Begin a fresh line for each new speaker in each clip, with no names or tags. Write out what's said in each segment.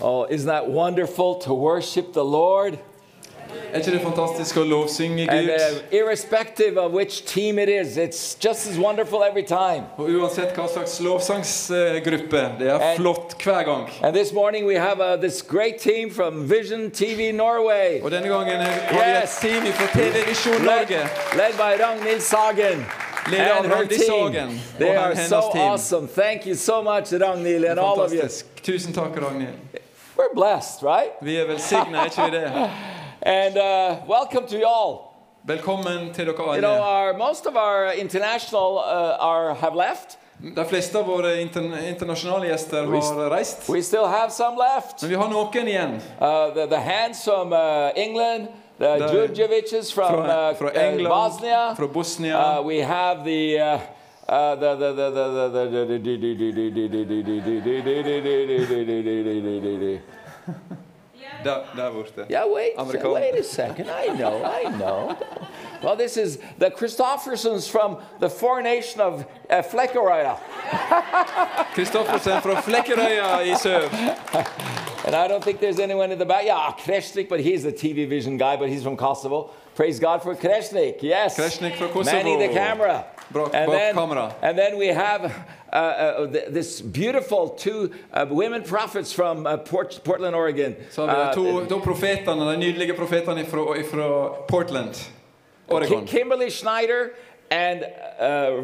Oh, isn't that wonderful to worship the Lord?
Er ikke det fantastisk å lovsynge
And
Gud?
uh, irrespective of which team it is, it's just as wonderful every time.
Og uansett hva slags lovsangsgruppe, det er
And-
flott hver gang.
And this morning we have uh, this great team from Vision TV Norway,
Og denne gangen har vi et
Yes.
team fra TV Visjon
led,
Norge.
led by Ragnhild Sagen.
Leader
And her
Ragnhild
team.
Sagen
They
och
are
hennes
so
team.
awesome. Thank you so much, Ragnhild, and all of you.
Fantastisk. Tusen takk, Ragnhild.
We're blessed, right?
Vi er velsigna, er ikke vi det?
And uh, welcome to you all.
Velkommen til dere
You know,
alle.
our, most of our international uh, are, have left.
De fleste av våre intern internasjonale gjester
Vi-
har reist.
We still have some left.
Men vi har noen igjen.
Uh, the, the hands from uh, England, the
The-
Djurdjeviches from,
Fra,
uh,
fra
uh,
England,
Bosnia.
fra Bosnia.
Uh, we have the. Uh, uh, the the the the the the the the- the- the- the- the- the- the- the- the-
Der, der borte.
Yeah, wait,
American.
wait a second. I know, I know. Well, this is the Christoffersons from the foreignation of uh, Flekkerøya,
Kristoffersen fra Flekkerøya i sør.
and I don't think there's anyone in the back. Yeah, Kreshnik, but he's a TV Vision guy, but he's from Kosovo. Praise God for Kreshnik. Yes,
Kreshnik fra Kosovo.
Manning the camera.
Bra-
and,
bak
then,
kamera.
and then we have uh, uh, th- this beautiful two uh, women prophets from uh, Port- Portland, Oregon. Uh,
Så har vi de to,
Eh,
to profetene, de nydelige profetene fra, Portland,
Kim-
Oregon.
Kimberly Schneider and uh,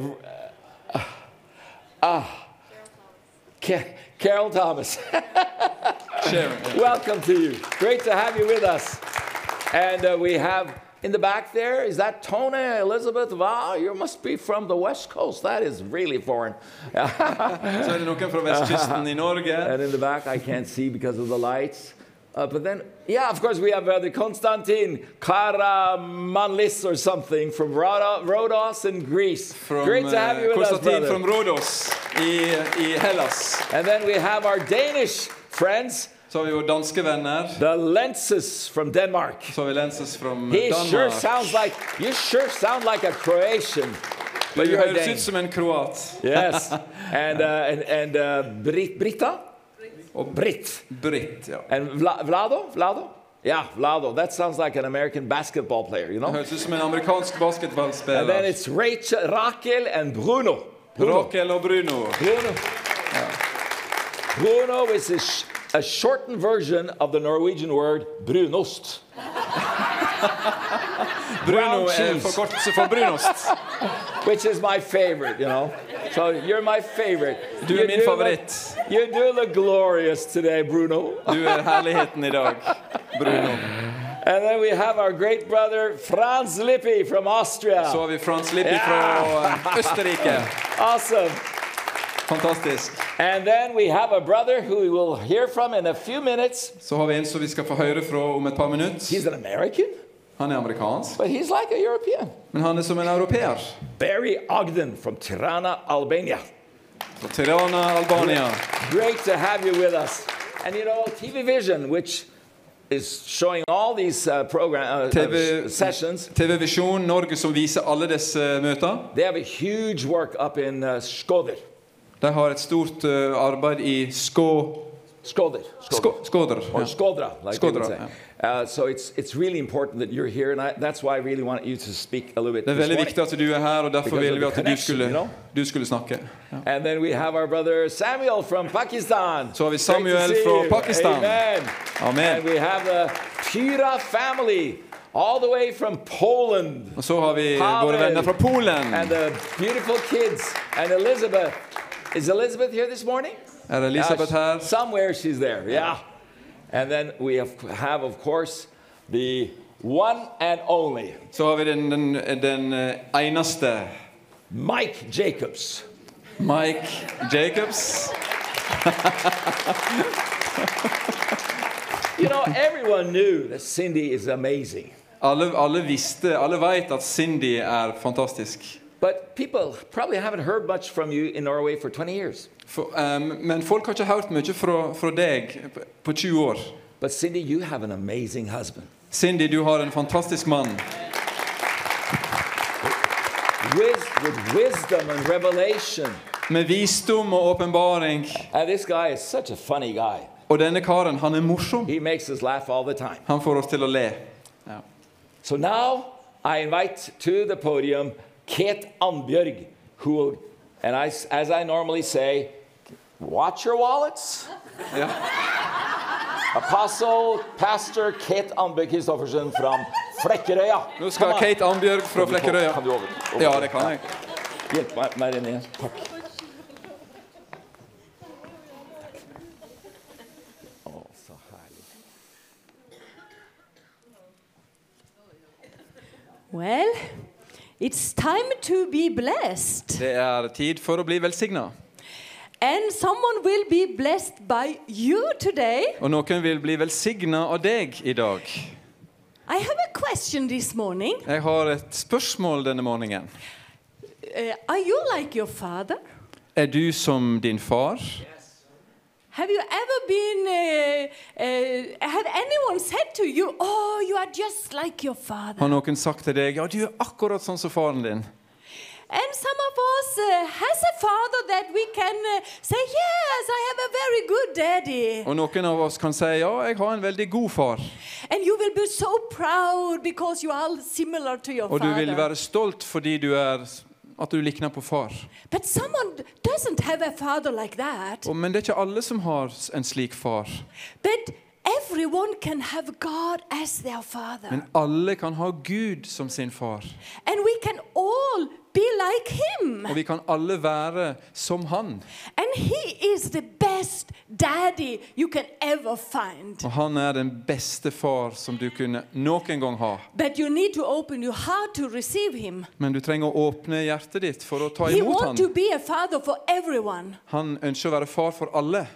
uh, Ca- Carol Thomas.
Sharon.
Welcome to you. Great to have you with us. And uh, we have in the back there, is that Tony Elizabeth Wow, You must be from the West Coast. That is really foreign.
Så er det noen fra vestkysten i Norge.
And in the back, I can't see because of the lights. Uh, but then, yeah, of course, we have uh, the Konstantin Karamanlis or something from Rhodo- Rhodos in Greece.
From,
Great to have
eh,
you with us,
Konstantin
brother.
from Rhodos i, i Hellas.
And then we have our Danish friends,
Så har vi våre danske venner.
the Lenses from Denmark.
Så har vi Lenses fra
He sure
Danmark.
sounds like you sure sound like a Croatian, but
Du
you're a
høres ut
Dane.
som en kroat.
Yes, and uh, and and uh, Brit Brita,
Oh.
or Brit.
Britt, ja.
And Vla- Vlado? Vlado? Yeah, Vlado. That sounds like an American basketball player, you know?
Høres ut som en amerikansk
And then
basketballspiller.
it's Rachel, Raquel and Bruno. Bruno.
Rakel og Bruno.
Bruno. Bruno is a, sh- a shortened version of the Norwegian word brunost.
Bruno er
cheese.
forkortelse for brunost.
which is my favorite, you know. So you're my favorite.
Du er
You
min
do look-
favoritt.
you do look glorious today, Bruno.
Du er herligheten i dag, Bruno.
And then we have our great brother Franz Lippi from Austria.
Så har vi Frans Lippi fra eh, Østerrike.
awesome.
Fantastisk.
And then we have a brother who we will hear from in a few minutes.
Så har vi en som vi skal få høre fra om et par minutter.
He's an American,
Han er amerikansk,
but he's like a European.
men han er som en europeer.
Barry Ogden from Tirana, Albania.
Fra Tirana, Albania.
Great to have you with us. And you know, TV Vision, which is showing all these uh, program uh,
TV
uh, sessions.
TV Visjon Norge som viser alle disse møtene.
They have a huge work up in uh, Skoder.
De har et stort eh, arbeid i Skå...
Skoder.
Skå Skåder.
Or
Ja.
Skodra, like they would
Skodra,
say. Uh, so it's, it's really important that you're here, and I, that's why I really want you to speak a little bit
Det er
this
veldig
morning.
viktig at du er her, og derfor
Because
ville vi
of the
at du
connection, you
skulle,
know?
du skulle snakke. Ja.
And then we have our brother Samuel from Pakistan.
Så har vi
Great to
Samuel
see
from
you.
Pakistan.
Amen.
Amen.
And we have the Pira family, all the way from Poland,
Og så har vi
Pavel.
våre venner fra Polen.
and the beautiful kids, and Elizabeth. Is Elizabeth here this morning?
Er Elisabeth
Yeah,
her?
sh- Somewhere she's there, yeah. And then we have, have, of course, the one and only
Så har vi den, den, den eh, eneste
Mike Jacobs.
Mike Jacobs.
You know, everyone knew that Cindy is amazing,
Alle, alle visste, alle vet at Cindy er fantastisk.
but people probably haven't heard much from you in Norway for 20 years.
For, ehm, men folk har ikke hørt mye fra, fra deg på 20 år.
But Cindy, you have an amazing husband
Cindy, du har en fantastisk mann.
Wis- with wisdom and revelation.
Med visdom og åpenbaring.
And this guy is such a funny guy.
Og Og denne karen, han er morsom.
He makes us laugh all the time.
Han får oss til å le. Ja.
So now I invite to the podium Kate Ambjørg, who will, and I, as I normally say, watch your wallets.
Ja.
Apostle, Pastor Kate Ambjørg Kristoffersen from Flekkerøya.
Nå skal Kate Ambjørg fra Flekkerøya
Kan du over? over-
Ja, det kan jeg.
Hjelp meg, meg inn igjen. Takk. Å, så herlig.
Well, it's time to be blessed.
Det er tid for å bli velsigna.
And someone will be blessed by you today.
Og noen vil bli velsigna av deg i dag.
I have a question this morning.
Jeg har et spørsmål denne morgenen.
Uh, are you like your father?
Er du som din far?
Have you ever been, uh, uh, have anyone said to you, oh, you are just like your father?
Har noen sagt til deg ja, du er akkurat sånn som faren din?
And some of us uh, has a father that we can uh, say, yes, I have a very good daddy.
Og noen av oss kan si ja, jeg har en veldig god far.
And you will be so proud because you are similar to your
Og du vil
father.
være stolt fordi du er at du likner på far.
But someone doesn't have a father like that.
Og, men det er ikke alle som har s- en slik far.
But everyone can have God as their father.
Men alle kan ha Gud som sin far.
and we can all be like him.
Og vi kan alle være som han.
And he is the best daddy you can ever find.
Og han er den beste far som du kunne noen gang ha.
But you need to open your heart to receive him.
Men du trenger å åpne hjertet ditt for å ta
He
imot
wants to
han.
be a father for everyone.
Han ønsker å være far for alle,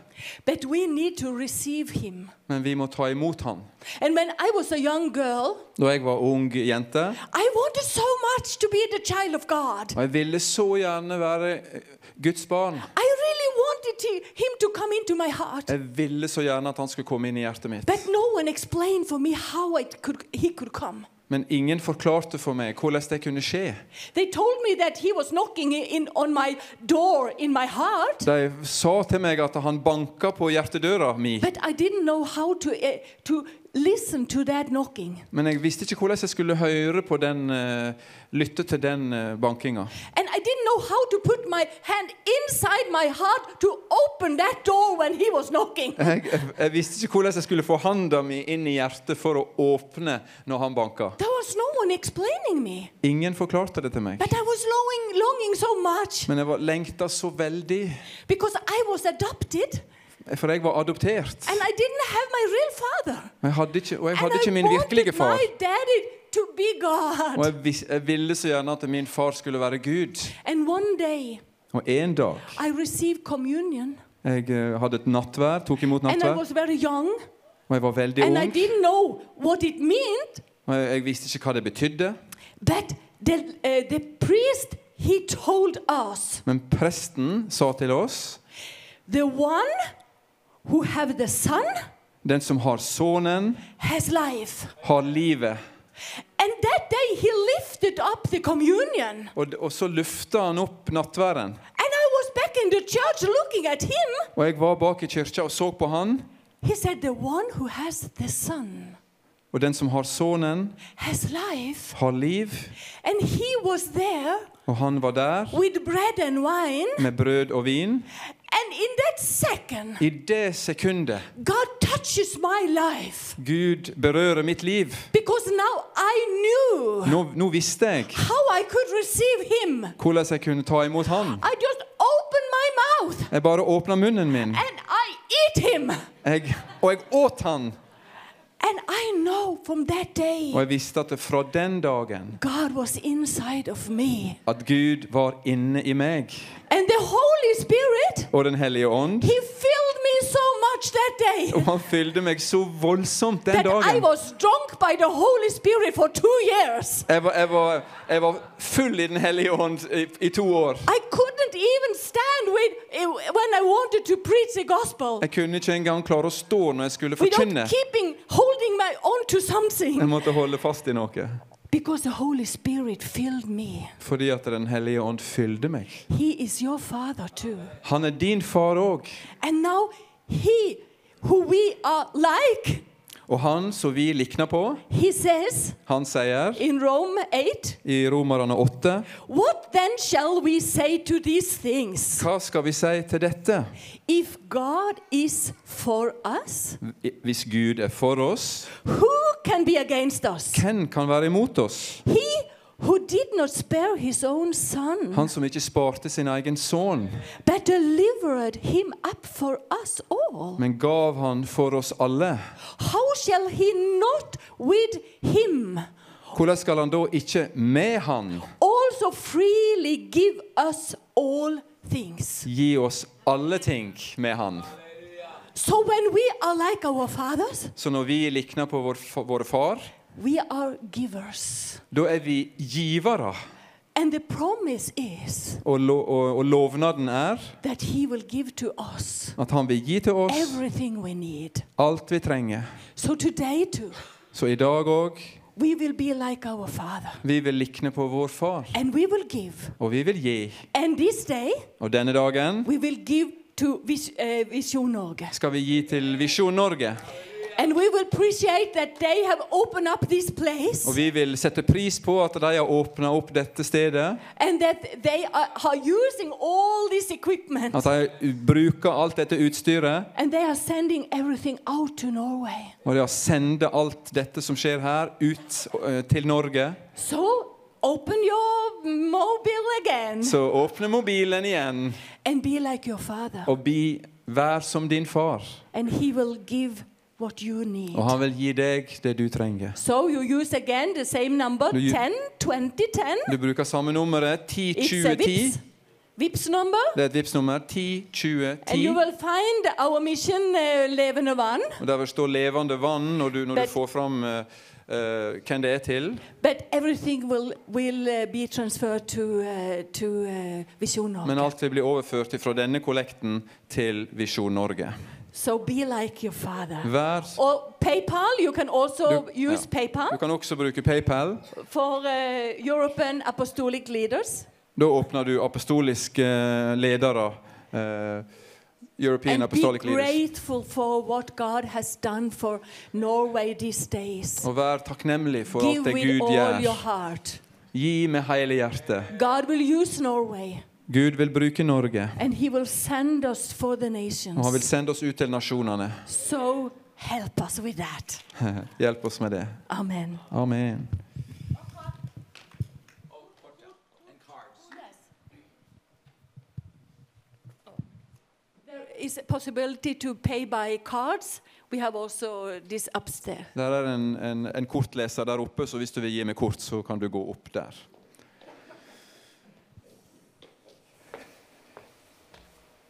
But we need to receive him.
men vi må ta imot han.
And when I was a young girl,
Da jeg var ung jente,
I wanted so much to be the child of God.
og jeg ville så gjerne være eh, Guds barn.
I really wanted to- him to come into my heart.
Jeg ville så gjerne at han skulle komme inn i hjertet mitt.
But no one explained for me how it could, he could come.
Men ingen forklarte for meg hvordan det kunne skje.
They told me that he was knocking in on my door in my heart,
De sa til meg at han banka på hjertedøra mi,
but I didn't know how to eh, to listen to that knocking.
men jeg visste ikke hvordan jeg skulle høre på den eh, lytte til den eh, bankinga.
And I didn't know how to put my hand inside my heart to open that door when he was knocking.
Jeg, jeg, jeg visste ikke hvordan jeg skulle få handa mi inn i hjertet for å åpne når han banka.
There was no one explaining me,
Ingen forklarte det til meg.
but I was longing, longing so much
Men jeg var lengta så veldig,
because I was adopted
for jeg var adoptert.
and I didn't have my real father.
Og jeg hadde ikke, og jeg
And
hadde
I
ikke min virkelige
wanted
far.
my daddy to be
Og
God.
jeg, vis, jeg ville så gjerne at min far skulle være Gud.
And one day
Og en dag
I received communion.
jeg eh, hadde et nattverd, tok imot
And I
nattverd,
was very young.
og jeg var veldig
And I
ung.
didn't know what it meant.
Og jeg, jeg visste ikke hva det betydde.
But the, uh, the priest, he told us
Men presten sa til oss
the one who have the son
den som har sønnen,
has life.
har livet.
And that day he lifted up the communion.
Og, d- og så lufta han opp nattværen.
And I was back in the church looking at him.
Og jeg var bak i kirka og så på han.
He said, The one who has the son
Og den som har sønnen,
has life.
har liv.
And he was there
Og han var der
with bread and wine.
med brød og vin.
And in that second,
I det sekundet
God touches my life.
Gud berører mitt liv
Because now I knew
Nå, nå visste jeg
how I could receive him.
hvordan jeg kunne ta imot han.
I just open my mouth
Jeg bare åpna munnen min,
and I eat him.
jeg, og jeg åt han.
And I know from that
Og
day
jeg visste at det fra den dagen
God was inside of me.
at Gud var inne i meg.
And the Holy Spirit,
Og Den hellige ånd.
he filled me so much that day
Og han fylte meg så voldsomt den
that I
dagen.
was drunk by the Holy Spirit for two years.
Jeg var, jeg var, jeg var full i Den hellige ånd i, i to år.
I couldn't even stand with, when I wanted to preach the gospel
Jeg kunne ikke engang klare å stå når jeg skulle forkynne.
without keeping holding my on to something.
Jeg måtte holde fast i noe.
Because the Holy Spirit filled me.
Fordi at Den hellige ånd fylte meg.
He is your Father too.
Han er din far òg.
And now He who we are like.
Og han som vi likner på,
He says
han sier
in Rome 8,
i Romerne 8
What then shall we say to these things?
Hva skal vi si til dette?
If God is for us,
Hvis Gud er for oss,
who can be against us?
hvem kan være imot oss?
He who did not spare his own son,
Han som ikke sparte sin egen sønn,
but delivered him up for us all,
men gav han for oss alle.
how shall he not with him
Hvordan skal han da ikke med han
also freely give us all things?
gi oss alle ting med han?
So when we are like our fathers,
Så når vi likner på vår, våre far,
we are givers.
da er vi givere.
And the promise is
Og, lo, og, og lovnaden er
that he will give to us
at han vil gi til oss
everything we need.
alt vi trenger.
So today too,
Så i dag òg
we will be like our father
vi vil likne på vår far.
and we will give.
Og vi vil gi.
And this day,
Og denne dagen
we will give to Vis- uh, Vision Norge.
skal vi gi til Visjon Norge.
And we will appreciate that they have opened up this place
Og vi vil sette pris på at de har åpna opp dette stedet.
and that they are, are using all this equipment
At de bruker alt dette utstyret.
and they are sending everything out to Norway.
Og de har sender alt dette som skjer her, ut eh, til Norge.
So open your mobile again
Så åpne mobilen igjen
and be like your father,
og bi, vær som din far.
and he will give what you need.
Og han vil gi deg det du trenger.
So you use again the same number
Do you-
10, 20, 10.
Du bruker samme nummeret. 10
It's
20
a
10.
VIPS, VIPS number.
Det er et Vipps-nummer. 10 20
And you
10.
will find our mission uh, Levende Vann.
Og Der vil stå 'levende vann' når du, når
But-
du får fram eh, eh, hvem det er til.
But everything will, will uh, be transferred to, uh, to uh, Vision Norge.
Men alt vil bli overført fra denne kollekten til Visjon Norge.
So be like your father.
Vær
Or PayPal, you can also
Du-
use
ja.
PayPal.
Du kan også bruke PayPal.
for uh, European Apostolic Leaders
Da åpner du apostoliske ledere. eh, European
and be
Apostolic Leaders.
grateful for what God has done for Norway these days.
Og vær takknemlig Oh, for
Give
alt det
with
Gud
all
gjør.
your heart.
Gi med hele hjertet.
God will use Norway
Gud vil bruke Norge.
and He will send us for the
Og han vil
nations.
sende oss ut til nasjonene.
So help us with that.
Hjelp oss med det.
Amen.
Amen.
There is a possibility to pay by cards. We have also this upstairs.
Der er en, en, en kortleser der oppe, så hvis du vil gi meg kort, så kan du gå opp der.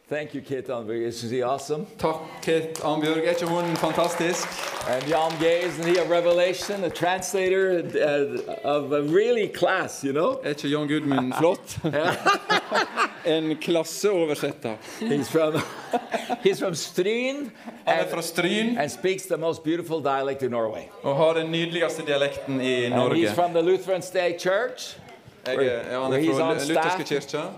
Thank you, Kate Anberg. Isn't she awesome?
Takk, Kate Ambjørg. Er ikke hun fantastisk?
And Jan Gay, isn't he a revelation, a translator uh, of a really class, you know?
Er ikke Jan Gudmund flott? en klasseoversetter.
He's from, he's from Stryn
Han er
and,
fra Stryn
and speaks the most beautiful dialect in Norway.
og har den nydeligste dialekten i
And he's
Norge.
from the Lutheran State Church.
Jeg, er- ja, han
where
er
he's
fra
on
Lu-
staff.
lutherske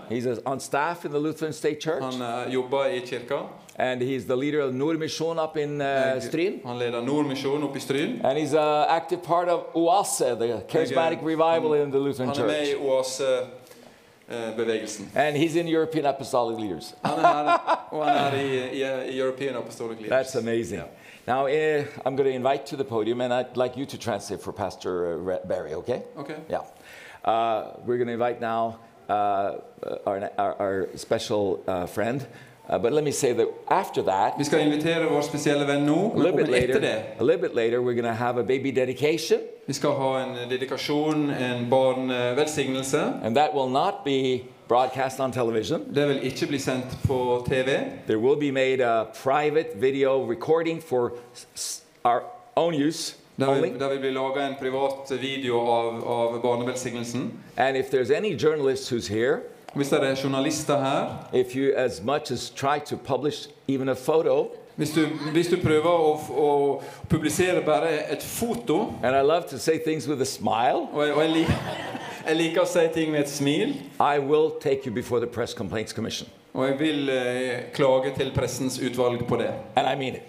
kirka.
He's on staff in the Lutheran State Church.
Han eh, jobber i kirka.
and he's the leader of Nordmission up in uh, Stryn.
Han leder Nordmisjonen oppe i Stryn.
And he's an active part of OASE, the charismatic
um,
revival in the Lutheran
Han er med
Church.
i Oase-bevegelsen.
And he's in European Apostolic Leaders.
Han er her, og han er i, i, i European Apostolic Leaders.
That's amazing. Now, eh, I'm going to invite to the podium, and I'd like you to translate for Pastor uh, Re- Barry, okay?
Okay.
Yeah. Uh, we're going to invite now uh, our, our, our special uh, friend. Uh, but let me say that after that,
Vi skal invitere vår spesielle venn nå,
a little
men
bit later,
etter det
a little bit later, we're going to have a baby dedication,
Vi skal ha en dedikasjon, en barnevelsignelse.
and that will not be broadcast on television.
Det vil ikke bli sendt på TV.
There will be made a private video recording for s- s- our own use
Der vil,
only.
der vil bli laga en privat video av, av barnevelsignelsen.
And if there's any journalist who's here,
Hvis det er journalister her
If you as much as try to publish even a photo,
Hvis du, hvis du prøver å, f- å publisere bare et foto
and I love to say things with a smile,
Og, jeg, og jeg, lik, jeg liker å si ting med et smil.
I will take you before the Press Complaints Commission.
Og jeg vil eh, klage til pressens utvalg på det.
And I mean it.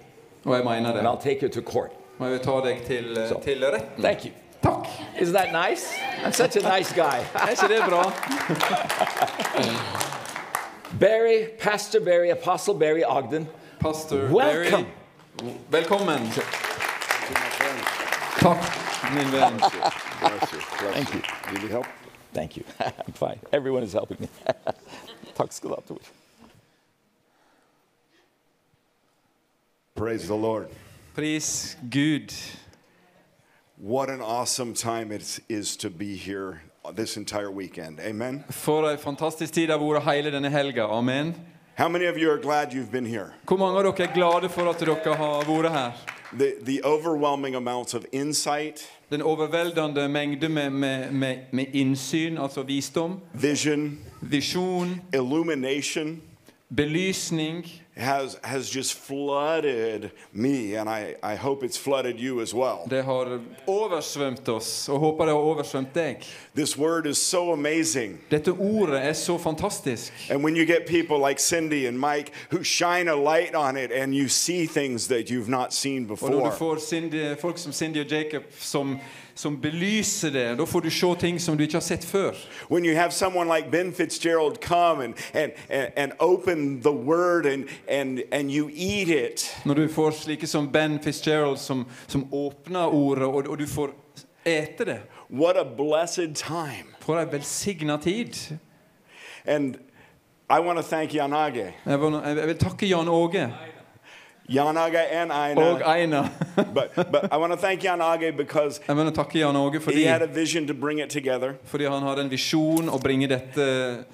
Og jeg mener
and
det.
I'll take you to court.
Og jeg vil ta deg til, eh,
Så.
til retten.
Thank you.
Takk.
Isn't that nice? I'm such a nice guy.
Er ikke det bra?
Barry, Pastor Barry, Apostle Barry Ogden.
Pastor
Welcome.
Barry. Velkommen. Takk, min venn.
Bless you. Bless Thank you. Need any help?
Thank you. I'm fine. Everyone is helping me. Takk skal du ha, Tor.
Praise the Lord.
Pris Gud.
What an awesome time it is to be here this entire weekend. Amen.
For ei fantastisk tid det har vært hele denne helga. Amen.
How many of you are glad you've been here?
Hvor mange av dere er glade for at dere har vært her?
The, the overwhelming amount of insight,
Den overveldende mengde med, med, med, med innsyn, altså visdom,
vision,
visjon,
illumination
belysning,
has, has just flooded me, and I, I hope it's flooded you as well.
det har oversvømt oss. Og håper det har oversvømt deg.
This word is so amazing.
Dette ordet er så fantastisk.
And when you get people like Cindy and Mike who shine a light on it and you see things that you've not seen
Og når du
before,
får Cindy, folk som Cindy og Jacob som, som belyser det, da får du se ting som du ikke har sett før.
when you have someone like Ben Fitzgerald come and, and, and, and open the word and, and, and you eat it,
Når du får slike som Ben Fitzgerald som, som åpner ordet, og, og du får ete det.
what a blessed time.
For ei velsigna tid.
And I want to thank Yanage,
Jeg vil, jeg vil takke Jan Åge
Yanage and
og
Aina.
Einar.
But, but I want to thank Yanage because
Jeg vil takke Jan Åge
he
fordi,
had a vision to bring it together.
fordi han hadde en visjon å bringe dette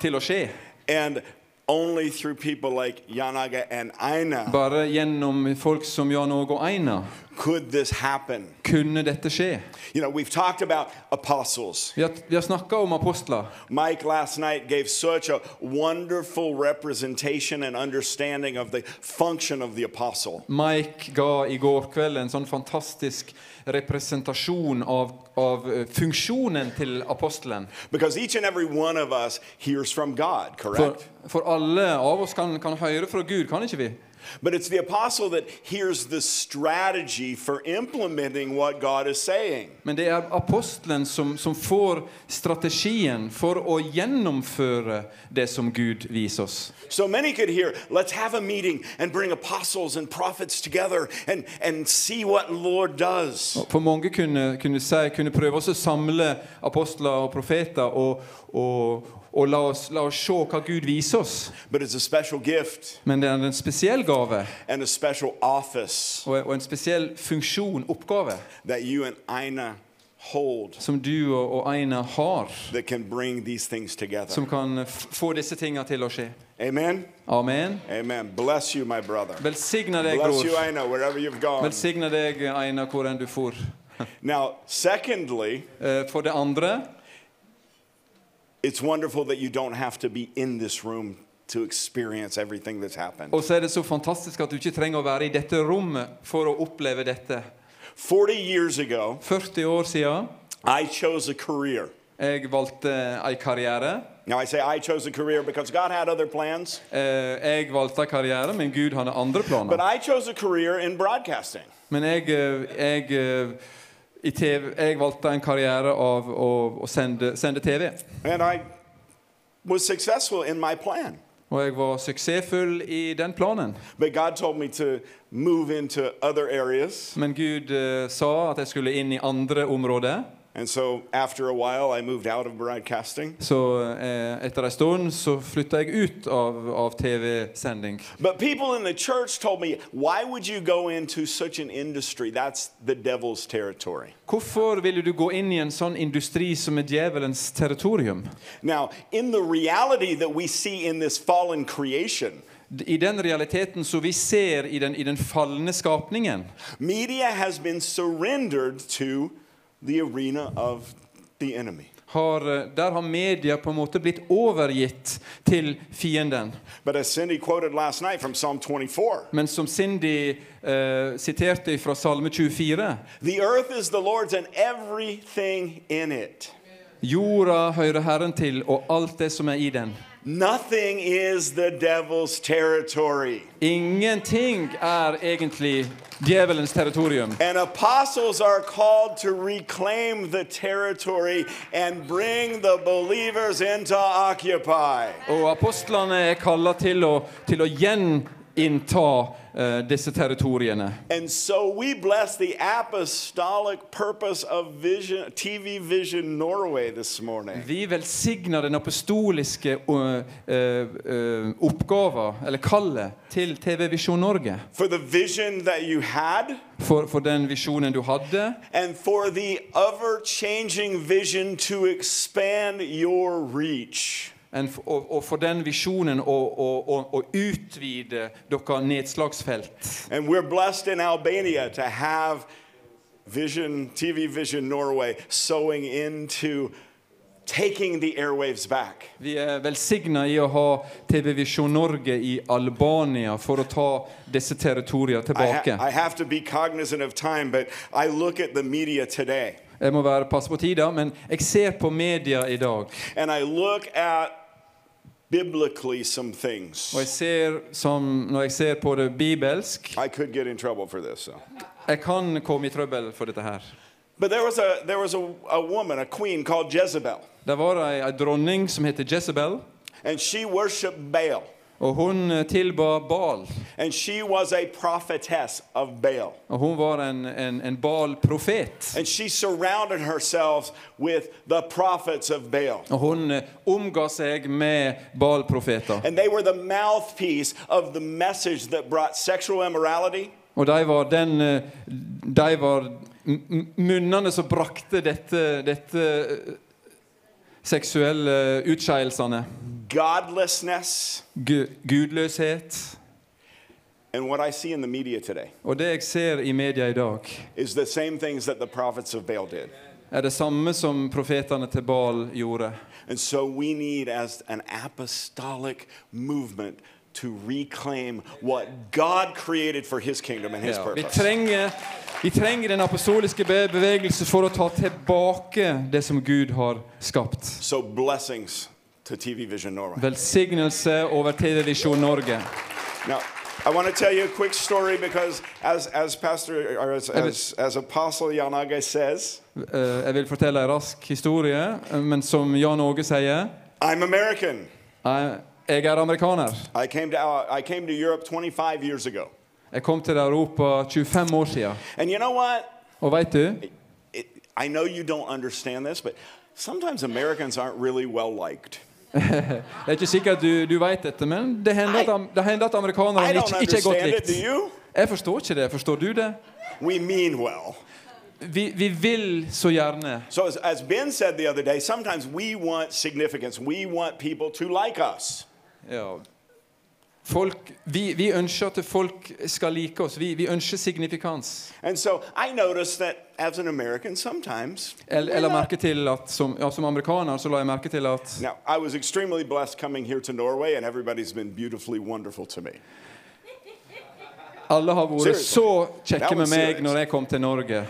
til å skje.
And only through people like Yanage and Aina
Bare gjennom folk som Jan Åge og Einar
could this happen.
kunne dette skje.
You know, we've talked about apostles.
Vi har, vi har snakka om apostler.
Mike last night gave such a wonderful representation and understanding of the function of the apostle.
Mike ga i går kveld en sånn fantastisk representasjon av, av eh, funksjonen til apostelen.
Because each and every one of us hears from God,
For,
correct?
for alle av oss kan, kan høre fra Gud, kan ikke vi?
But it's the apostle that hears the strategy for implementing what God is saying.
Men det er apostelen som, som får strategien for å gjennomføre det som Gud viser oss.
So many could hear, let's have a meeting and bring apostles and prophets together and, and see what the Lord does.
For mange kunne, kunne, si, kunne prøve også å samle apostler og profeter og, og, og la, oss, la oss se hva Gud viser oss.
But it's a special gift
Men det er en spesiell gave.
and a special office.
og, og en spesiell funksjon, oppgave,
that you and Ina hold
som du og, og Einar har,
that can bring these things together.
som kan f- få disse tinga til å skje.
Amen.
Amen.
Amen. Bless you, my brother.
Velsigna deg,
Bless
Bror.
you, Ina, wherever you've gone.
Velsigna deg, Einar, hvor enn du for.
Now, secondly,
Eh, For det andre
it's wonderful that you don't have to be in this room to experience everything that's happened.
Og så er det så fantastisk at du ikke trenger å være i dette rommet for å oppleve dette.
40 years ago,
40 år siden
I chose a career.
jeg valgte ei karriere.
Now, I say I chose a career because God had other plans,
Eh, Jeg valgte ei karriere, men Gud hadde andre
but
planer.
I chose a career in broadcasting.
Men jeg, eh, jeg, eh, i TV, jeg valgte en karriere av å, å sende, sende TV.
And I was successful in my plan.
Og jeg var suksessfull i den planen.
But God told me to move into other areas.
Men Gud eh, sa at jeg skulle inn i andre områder.
And so after a while, I moved out of broadcasting.
Så eh, etter en stund så flytta jeg ut av, av TV-sending.
But people in the church told me, why would you go into such an industry? That's the devil's territory.
Hvorfor ville du gå inn i en sånn industri som er djevelens territorium?
Now, in the reality that we see in this fallen creation,
D- I den realiteten som vi ser i den, i den falne skapningen,
media has been surrendered to the arena of the enemy.
har, eh, der har media på en måte blitt overgitt til fienden.
But as Cindy quoted last night from Psalm 24,
Men som Cindy eh, siterte fra Salme 24
the earth is the Lord's and everything in it.
Jorda hører Herren til, og alt det som er i den.
Nothing is the devil's territory.
Ingenting er egentlig djevelens territorium.
And apostles are called to reclaim the territory and bring the believers into occupy.
Og apostlene er kalla til å, til å gjeninnta eh, disse territoriene.
And so we bless the apostolic purpose of Vision TV Vision Norway this morning.
Vi velsigner den apostoliske uh, oppgava, eller kallet, til TV Visjon Norge.
For the vision that you had
For, for den visjonen du hadde,
and for the ever changing vision to expand your reach.
en f- og, og for den visjonen å, å, å, å utvide deres nedslagsfelt.
And we're blessed in Albania to have Vision TV Vision Norway sewing into taking the airwaves back.
Vi er velsigna i å ha TV Visjon Norge i Albania for å ta disse territoriene
I, ha-
tilbake.
I have to be cognizant of time, but I look at the media today
Jeg må være passe på tida, men jeg ser på media i dag, og
and I look at biblically some things.
jeg ser som, når jeg ser på det bibelsk
I could get in trouble for this. So.
Jeg kan komme i trøbbel for dette her.
But there was, a, there was a, a woman, a queen called Jezebel,
Det var ei, ei dronning som heter Jezebel,
and she worshiped Baal,
og hun eh, tilba Baal.
and she was a prophetess of Baal.
Og hun var en, en, en Baal-profet.
And she surrounded herself with the prophets of Baal.
Og hun eh, omga seg med Baal-profeter.
And they were the mouthpiece of the message that brought sexual immorality,
Og de var den eh, De var m- m- munnene som brakte dette, dette eh, seksuelle eh, utskeielsene.
godlessness,
Gu- Gudløshet.
and what I see in the media today
Og det jeg ser i media i dag,
is the same things that the prophets of Baal did.
er det samme som profetene til Baal gjorde.
And so we need, as an apostolic movement, to reclaim what God created for his kingdom and his
Ja, vi,
purpose.
trenger, vi trenger den apostoliske be- bevegelse for å ta tilbake det som Gud har skapt.
so, blessings to TV Vision Norway.
Velsignelse over TV Visjon Norge.
Now, I want to tell you a quick story because, as, as Pastor or as, as, as Apostle Yanage says,
Eh, Jeg vil fortelle en rask historie, eh, men som Jan Åge sier
I'm American.
eh, Jeg er amerikaner.
I came to uh, I came to Europe 25 years ago,
Jeg kom til Europa 25 år siden.
and you know what?
Og vet du,
It, I know you don't understand this, but sometimes Americans aren't really well liked.
det er ikke sikkert du, du vet dette, men det hender at, am- det hender at amerikanerne
I don't
ikke, ikke er godt
understand it. Do
likt.
you?
Jeg forstår ikke det. Forstår du det?
We mean well.
Vi, vi vil så gjerne.
So as, as Ben said the other day, sometimes we want significance. We want people to like us.
Ja. Folk, vi, vi ønsker at folk skal like oss. Vi, vi ønsker signifikans.
And so I noticed that as an American, sometimes
Jeg, jeg la merke til at som, ja, som amerikaner så la jeg merke til at
Now, I was extremely blessed coming here to Norway, and everybody's been beautifully wonderful to me.
alle har vært
Seriously.
så kjekke
That
med
was
meg
serious.
når jeg kom til Norge.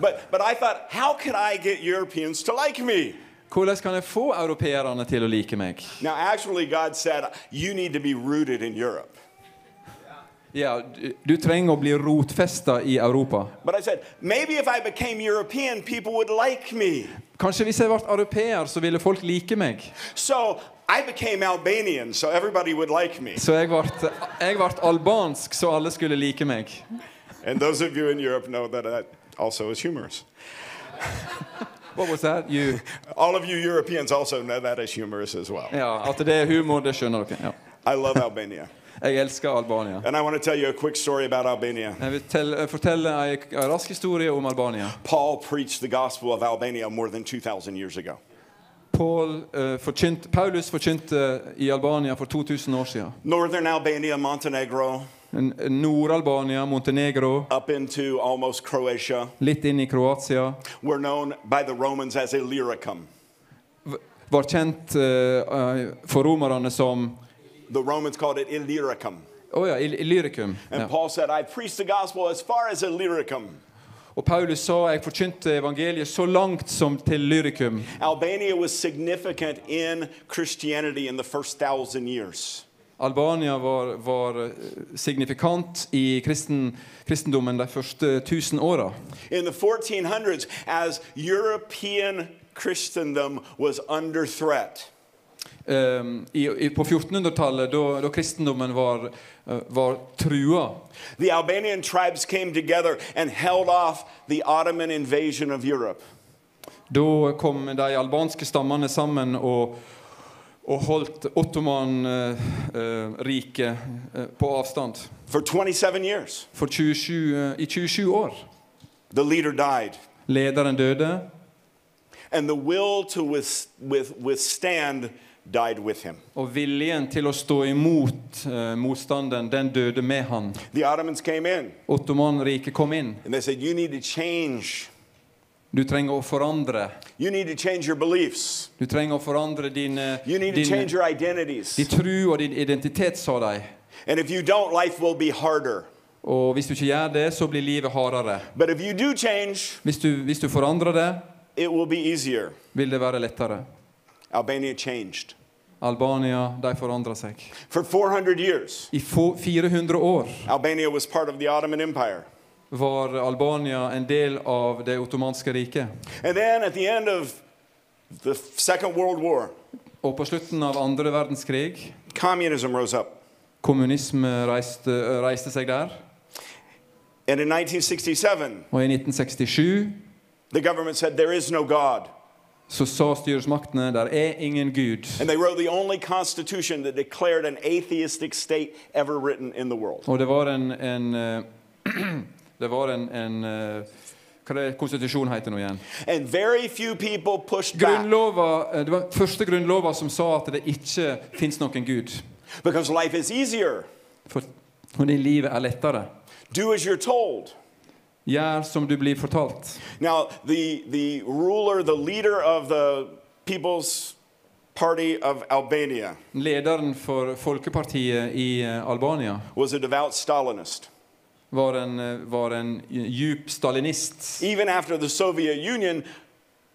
But, but I thought, how can I get Europeans to like me?
Hvordan kan jeg få europeerne til å like meg?
Now, actually, God said, you need to be rooted in Europe.
Ja, du, du trenger å bli rotfesta i Europa.
But I said, maybe if I became European, people would like me.
Kanskje hvis jeg ble europeer, så ville folk like meg.
So I became Albanian, so everybody would like me.
Så jeg ble, jeg ble albansk, så alle skulle like meg.
And those of you in Europe know that that also is humorous.
What was that? You,
All of you Europeans also know that is humorous as well.
ja, at det er humor, det skjønner dere. Ja.
I love Albania.
Jeg elsker Albania.
And I want to tell you a quick story about Albania.
Jeg vil tell, eh, fortelle en, en rask historie om Albania.
Paul preached the gospel of Albania more than 2,000 years ago.
Paul, eh, forkynt, Paulus forkynte eh, i Albania for 2000 år siden.
Northern Albania, Montenegro,
N- Nord-Albania, Montenegro,
up into almost Croatia,
litt inn i Kroatia,
were known by the Romans as Illyricum.
v- var kjent eh, eh, for romerne som
The Romans called it Illyricum.
Å ja, Ill- Illyricum.
And
Ja.
Paul said, I preached the gospel as far as Illyricum.
Og Paulus sa jeg forkynte evangeliet så langt som til Lyrikum.
Albania was significant in Christianity in the first thousand years.
Albania var, var eh, signifikant i kristen, kristendommen de første tusen åra.
In the 1400s, as European Christendom was under threat,
Ehm, i, i, på 1400-tallet, da, da kristendommen var, eh, var trua,
the Albanian tribes came together and held off the Ottoman invasion of Europe.
da kom de albanske stammene sammen og, og holdt eh, Ottoman-riket eh, på avstand
For 27 years,
for 27, eh, i 27 år.
the leader died,
Lederen døde,
and the will to with, with, withstand died with him.
og viljen til å stå imot eh, motstanden, den døde med han.
The Ottomans came in
Ottomanriket kom inn.
and they said, You need to change.
Du trenger å forandre.
You need to change your beliefs.
Du trenger å forandre din, eh,
You need to
din,
change your identities.
din tru og din identitet, sa de.
And if you don't, life will be harder.
Og hvis du ikke gjør det, så blir livet hardere.
But if you do change,
Hvis du, hvis du forandrer det,
it will be easier.
vil det være lettere.
Albania changed.
Albania, de forandrer seg.
For 400 years,
I få, 400 år
Albania was part of the Ottoman Empire.
var Albania en del av det ottomanske riket.
And then at the end of the Second World War,
Og på slutten av andre verdenskrig
communism rose up.
Kommunisme reiste, reiste seg der.
And in 1967,
Og i 1967
the government said there is no God.
så sa styresmaktene der er ingen gud.
And they wrote the only constitution that declared an atheistic state ever written in the world.
Og det var en, en eh, Det var en, en eh, Hva er det konstitusjon heter nå igjen?
And very few people pushed back
Grunnlova, eh, det var første grunnlova som sa at det ikke fins noen gud.
because life is easier.
For, fordi livet er lettere.
Do as you're told.
Gjør som du blir fortalt.
Now, the, the ruler, the leader of the People's Party of Albania
Lederen for Folkepartiet i eh, Albania
was a devout Stalinist.
var en, eh, var en djup stalinist.
Even after the Soviet Union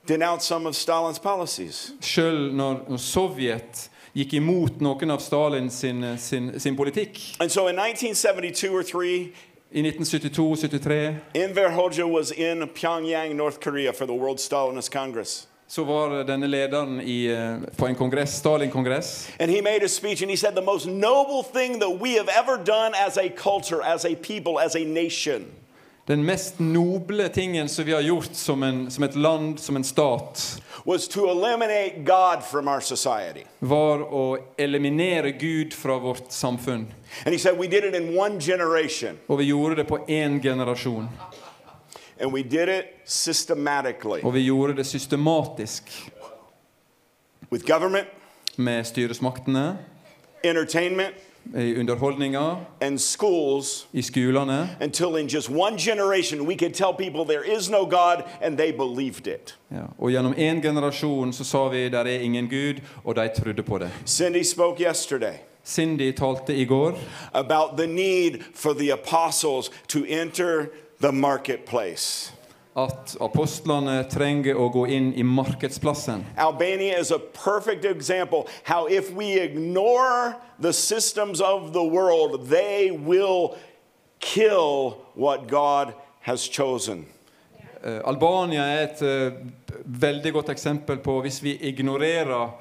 denounced some of Stalin's policies,
Sjøl når når Sovjet gikk imot noen av Stalin sin, eh, sin, sin politikk.
and so in 1972 or three,
I 1972-73
Enver Hoxha was in Pyongyang, North Korea, for the World Stalinist Congress,
så var denne lederen i, eh, på en kongress, Stalin-kongress.
and he made a speech, and he said, "The most noble thing that we have ever done as a culture, as a people, as a nation."
Den mest noble tingen som vi har gjort som, en, som et land, som en stat,
Was to eliminate God from our society.
var å eliminere Gud fra vårt samfunn.
And he said, We did it in one generation,
Og vi gjorde det på én generasjon.
and we did it systematically
Og vi gjorde det systematisk
with government,
med styresmaktene,
entertainment,
i underholdninga,
and schools
i skolene.
until in just one generation we could tell people there is no God and they believed it.
Ja. Og gjennom én generasjon så sa vi 'der er ingen Gud', og de trodde på det.
Cindy spoke yesterday
Cindy talte i går
about the need for the apostles to enter the marketplace.
at apostlene trenger å gå inn i markedsplassen.
Albania is a perfect example how if we ignore the systems of the world, they will kill what God has chosen.
Eh, Albania er et eh, veldig godt eksempel på hvis vi ignorerer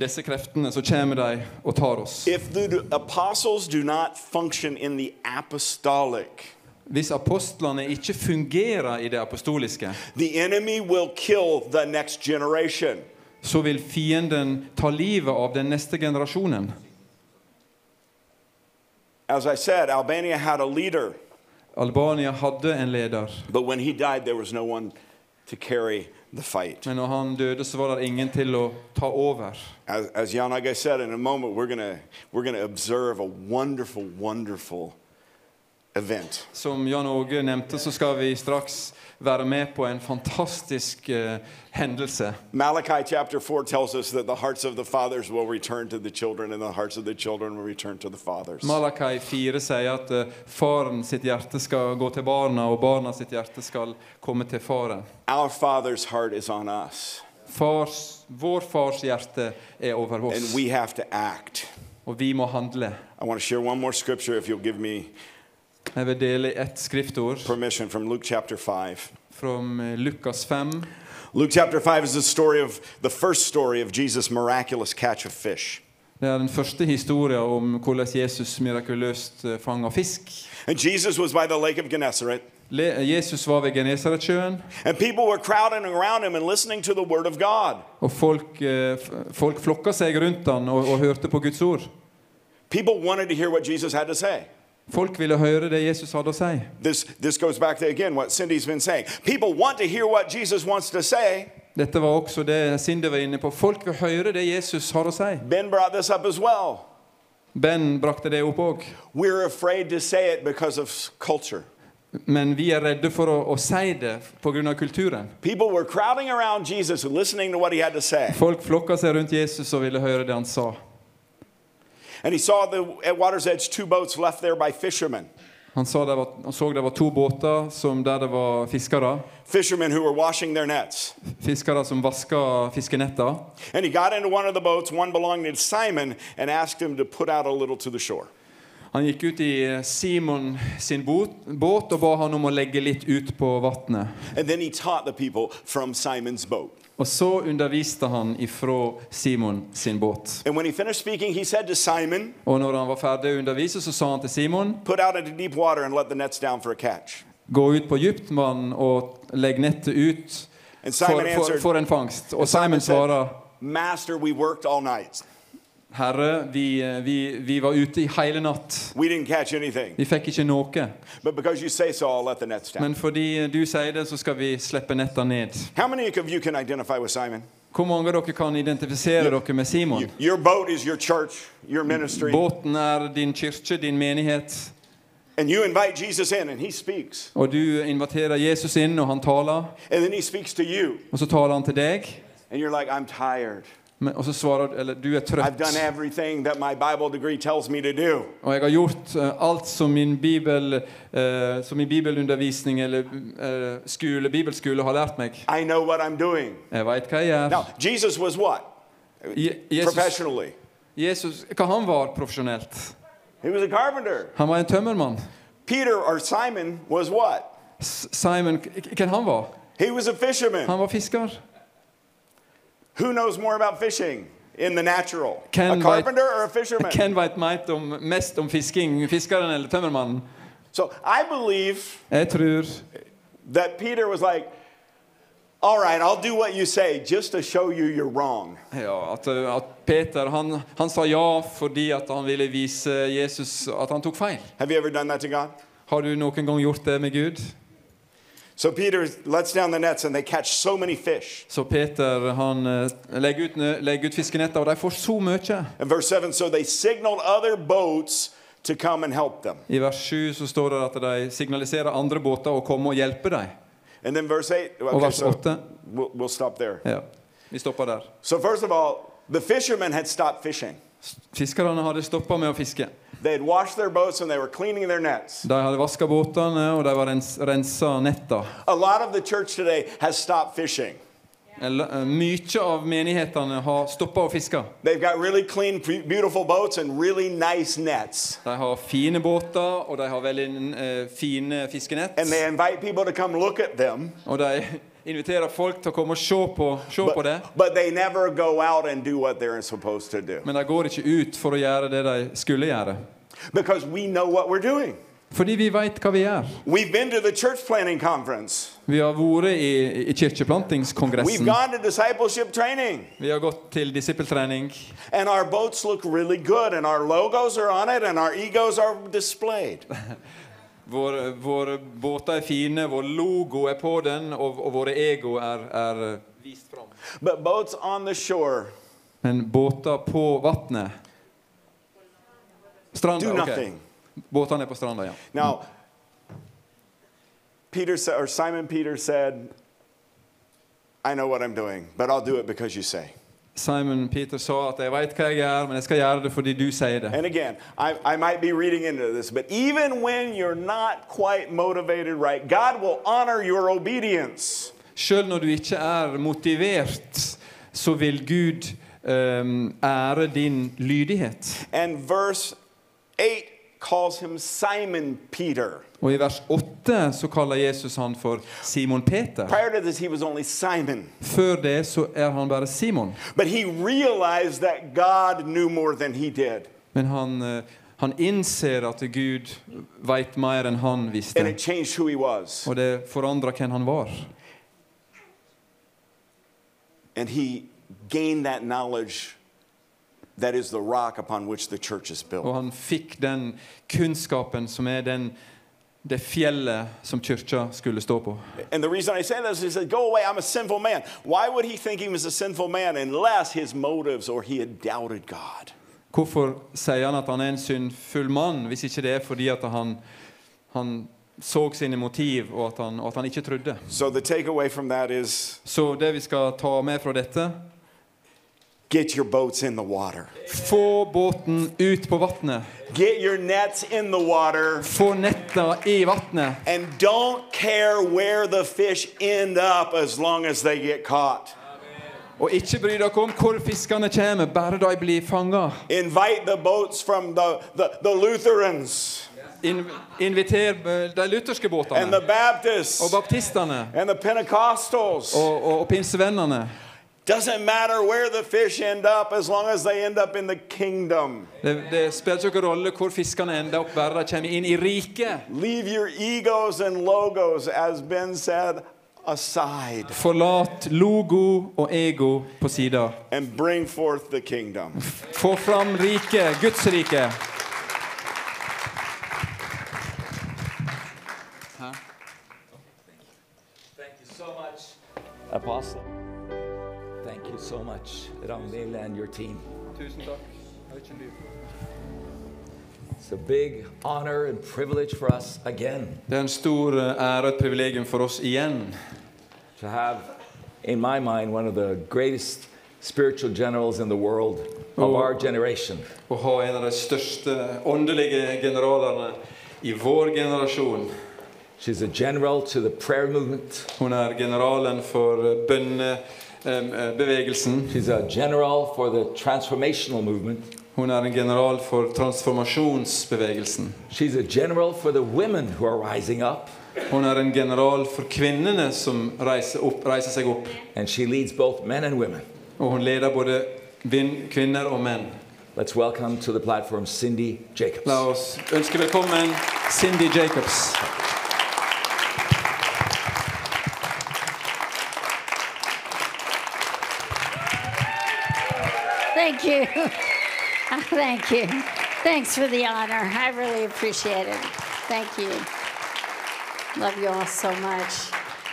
disse kreftene, så kommer de og tar oss.
If the apostles do not function in the apostolic,
Hvis apostlene ikke fungerer i det apostoliske,
the enemy will kill the next generation.
så vil fienden ta livet av den neste generasjonen.
As I said, Albania had a leader,
Albania hadde en leder,
but when he died, there was no one to carry the fight.
men når han døde, så var det ingen til å ta over.
As, as Jan Aga said, in a moment, we're going to we're gonna observe a wonderful, wonderful event.
Som Jan Åge nevnte, så skal vi straks være med på en fantastisk eh, hendelse.
Malachi chapter 4 tells us that the hearts of the fathers will return to the children, and the hearts of the children will return to the fathers.
Malakai 4 sier at eh, faren sitt hjerte skal gå til barna, og barna sitt hjerte skal komme til faren.
Our Father's heart is on us,
Fars, vår fars hjerte er over
and
oss,
we have to act.
og vi må handle.
I want to share one more scripture, if you'll give me
Jeg vil dele et skriftord
permission, from Luke chapter 5.
fra eh, Lukas 5.
Luke chapter 5 is the story of the first story of Jesus' miraculous catch of fish.
Det er den første historien om hvordan Jesus mirakuløst eh, fanger fisk.
And Jesus was by the lake of Gennesaret,
Le Jesus var ved Genesaretsjøen,
and people were crowding around him and listening to the word of God.
og folk, eh, f- folk flokka seg rundt han og, og hørte på Guds ord.
People wanted to hear what Jesus had to say.
Folk ville høre det Jesus hadde å si.
This, this goes back to, again, what Cindy's been saying. People want to hear what Jesus wants to say.
Dette var også det Sinde var inne på. Folk vil høre det Jesus har å si.
Ben brought this up as well.
Ben brakte det opp òg.
We're afraid to say it because of s- culture.
Men vi er redde for å, å si det pga. kulturen.
People were crowding around Jesus and listening to what he had to say.
Folk flokka seg rundt Jesus og ville høre det han sa.
And he saw the, at water's edge two boats left there by fishermen.
Han, sa det var, han så det var to båter som der det var fiskere.
Fishermen who were washing their nets.
Fiskere som vaska fiskenetta.
And he got into one of the boats, one belonging to Simon, and asked him to put out a little to the shore.
Han gikk ut i Simon sin bot, båt og ba han om å legge litt ut på vannet.
And then he taught the people from Simon's boat.
Og så underviste han ifra Simon sin båt.
And when he finished speaking, he said to Simon,
Og når han var ferdig å undervise, så sa han til Simon
Put out into deep water and let the nets down for a catch.
Gå ut på dyptvann og legg nettet ut
And
for,
Simon
for,
answered,
for en fangst. Og Simon svarer,
Master, we worked all night.
Herre, vi, vi, vi var ute i hele natt.
We didn't catch anything.
Vi fikk ikke noe.
But because you say so, I'll let the nets down.
Men fordi du sier det, så skal vi slippe netta ned.
How many of you can identify with Simon?
Hvor mange av dere kan identifisere dere med Simon?
You- Your boat is your church, your ministry.
Båten er din kirke, din menighet.
And you invite Jesus in, and he speaks.
Og du inviterer Jesus inn, og han taler.
And then he speaks to you.
Og så taler han til deg.
And you're like, I'm tired.
Men, og så svarer du Eller, du er
I've
trøtt.
done everything that my Bible degree tells me to do.
Og jeg har gjort eh, alt som min, bibel, eh, som min bibelundervisning eller eh, skole, bibelskole har lært meg.
I know what I'm doing.
Jeg veit hva jeg gjør.
Now, Jesus was what?
Je Jesus,
Professionally.
Jesus, hva han var profesjonelt?
He was a carpenter.
Han var en tømmermann.
Peter or Simon was what?
S- Simon, k- k- hvem han var?
He was a fisherman.
Han var fisker.
Who knows more about fishing in the natural?
Ken
a
White-
carpenter or a fisherman?
Hvem veit mest om, mest om fisking? Fiskeren eller tømmermannen?
So I believe
Jeg tror
that Peter was like, all right, I'll do what you say just to show you you're wrong.
ja, at, eh, at Peter han, han sa ja fordi at han ville vise Jesus at han tok feil.
Have you ever done that to God?
Har du noen gang gjort det med Gud?
So Peter lets down the nets and they catch so many fish.
Så Peter han eh, legger ut, nø- legger ut fiskenetta, og de får så mye.
And verse 7 so they signaled other boats to come and help them.
I vers 7 så står det at de signaliserer andre båter å komme og hjelpe dem.
And then verse 8, okay,
Og vers
so
8
we'll, we'll stop there.
ja, Vi stopper der.
So, first of all, the fishermen had stopped fishing.
Fiskerne hadde stoppa med å fiske.
They had washed their boats and they were cleaning their nets.
De hadde vaska båtene, og de var rens, rensa netta.
A lot of the church today has stopped fishing.
Eller, eh, Mye av menighetene har stoppa å fiske.
They've got really clean, pre- beautiful boats and really nice nets.
De har fine båter, og de har veldig eh, fine fiskenett.
And they invite people to come look at them,
Og de inviterer folk til å komme og se på, se på det.
but, but they never go out and do what they're supposed to do
Men de går ikke ut for å gjøre det de skulle gjøre.
because we know what we're doing.
Fordi vi veit hva vi gjør.
We've been to the church planning conference,
Vi har vært i, i
we've
kirkeplantingskongressen.
gone to discipleship training.
Vi har gått til disippeltrening.
And our boats look really good, and our logos are on it, and our egos are displayed.
Våre, våre båter er fine, vår logo er på den, og, og våre ego er, er vist fram.
But boats on the shore
Men båter på vannet
do
Stranda, ok.
nothing.
Båtene er på stranda, ja.
Now, Peter sa- or Simon Peter said, I know what I'm doing, but I'll do it because you say.
Simon Peter sa at 'jeg veit hva jeg gjør, men jeg skal gjøre det fordi du sier det'.
And again, I, I might be reading into this, but even when you're not quite motivated right, God will honor your obedience.
Sjøl når du ikke er motivert, så vil Gud ehm, ære din lydighet.
And verse 8 calls him Simon Peter.
Og i vers 8 så kaller Jesus han for Simon Peter.
Prior to this, he was only Simon,
Før det så er han bare Simon.
but he realized that God knew more than he did.
Men han, eh, han innser at Gud veit mer enn han
And it
visste.
changed who he was.
Og det forandra hvem han var.
And he gained that knowledge that is the rock upon which the church is
Og
built.
han fikk den kunnskapen som er den, det fjellet som kirka skulle stå på.
And the reason I say this is he said, Go away, I'm a sinful man. Why would he think he was a sinful man unless his motives or he had doubted God?
Hvorfor sier han at han er en syndfull mann, hvis ikke det er fordi at han, han så sine motiv, og at, han, og at han ikke trodde?
So the takeaway from that is
Så det vi skal ta med fra dette
get your boats in the water,
Få båten ut på vannet.
get your nets in the water.
Få netta i vannet.
And don't care where the fish end up as long as they get caught.
Og ikke bry dere om hvor fiskene kommer, bare de blir fanga.
Invite the boats from the, the, the Lutherans
In, inviter eh, de lutherske
and
båtene
the
og
Baptists
baptistene
and the Pentecostals.
og, og, og pinsevennene.
Doesn't matter where the fish end up as long as they end up in the kingdom.
Det, det spiller ikke noen rolle hvor fiskene ender opp, bare de kommer inn i riket.
Leave your egos and logos, as Ben said, aside
Forlat logo og ego på sida.
and bring forth the kingdom.
Få fram riket, Guds rike.
Thank you so much, Apostle. Thank you so much, Ragnhild and your team.
Tusen takk.
It's a big honor and privilege for us again
Det er en stor eh, ære og et privilegium for oss igjen
to have, in my mind, one of the greatest spiritual generals in the world of
Oh.
our generation.
å ha en av de største åndelige generalene i vår generasjon.
She's a general to the prayer movement.
Hun er generalen for eh, bønnebevegelsen.
She's a general for the transformational movement.
Hun er en general for transformasjonsbevegelsen.
She's a general for the women who are rising up.
Hun er en general for kvinnene som reiser, opp, reiser seg opp.
And she leads both men and women.
Og hun leder både vin- kvinner og menn.
Let's welcome to the platform Cindy Jacobs.
La oss ønske velkommen Cindy Jacobs.
Thank you. Thank you. Thanks for the honor. I really appreciate it. Thank you. Love you all so much.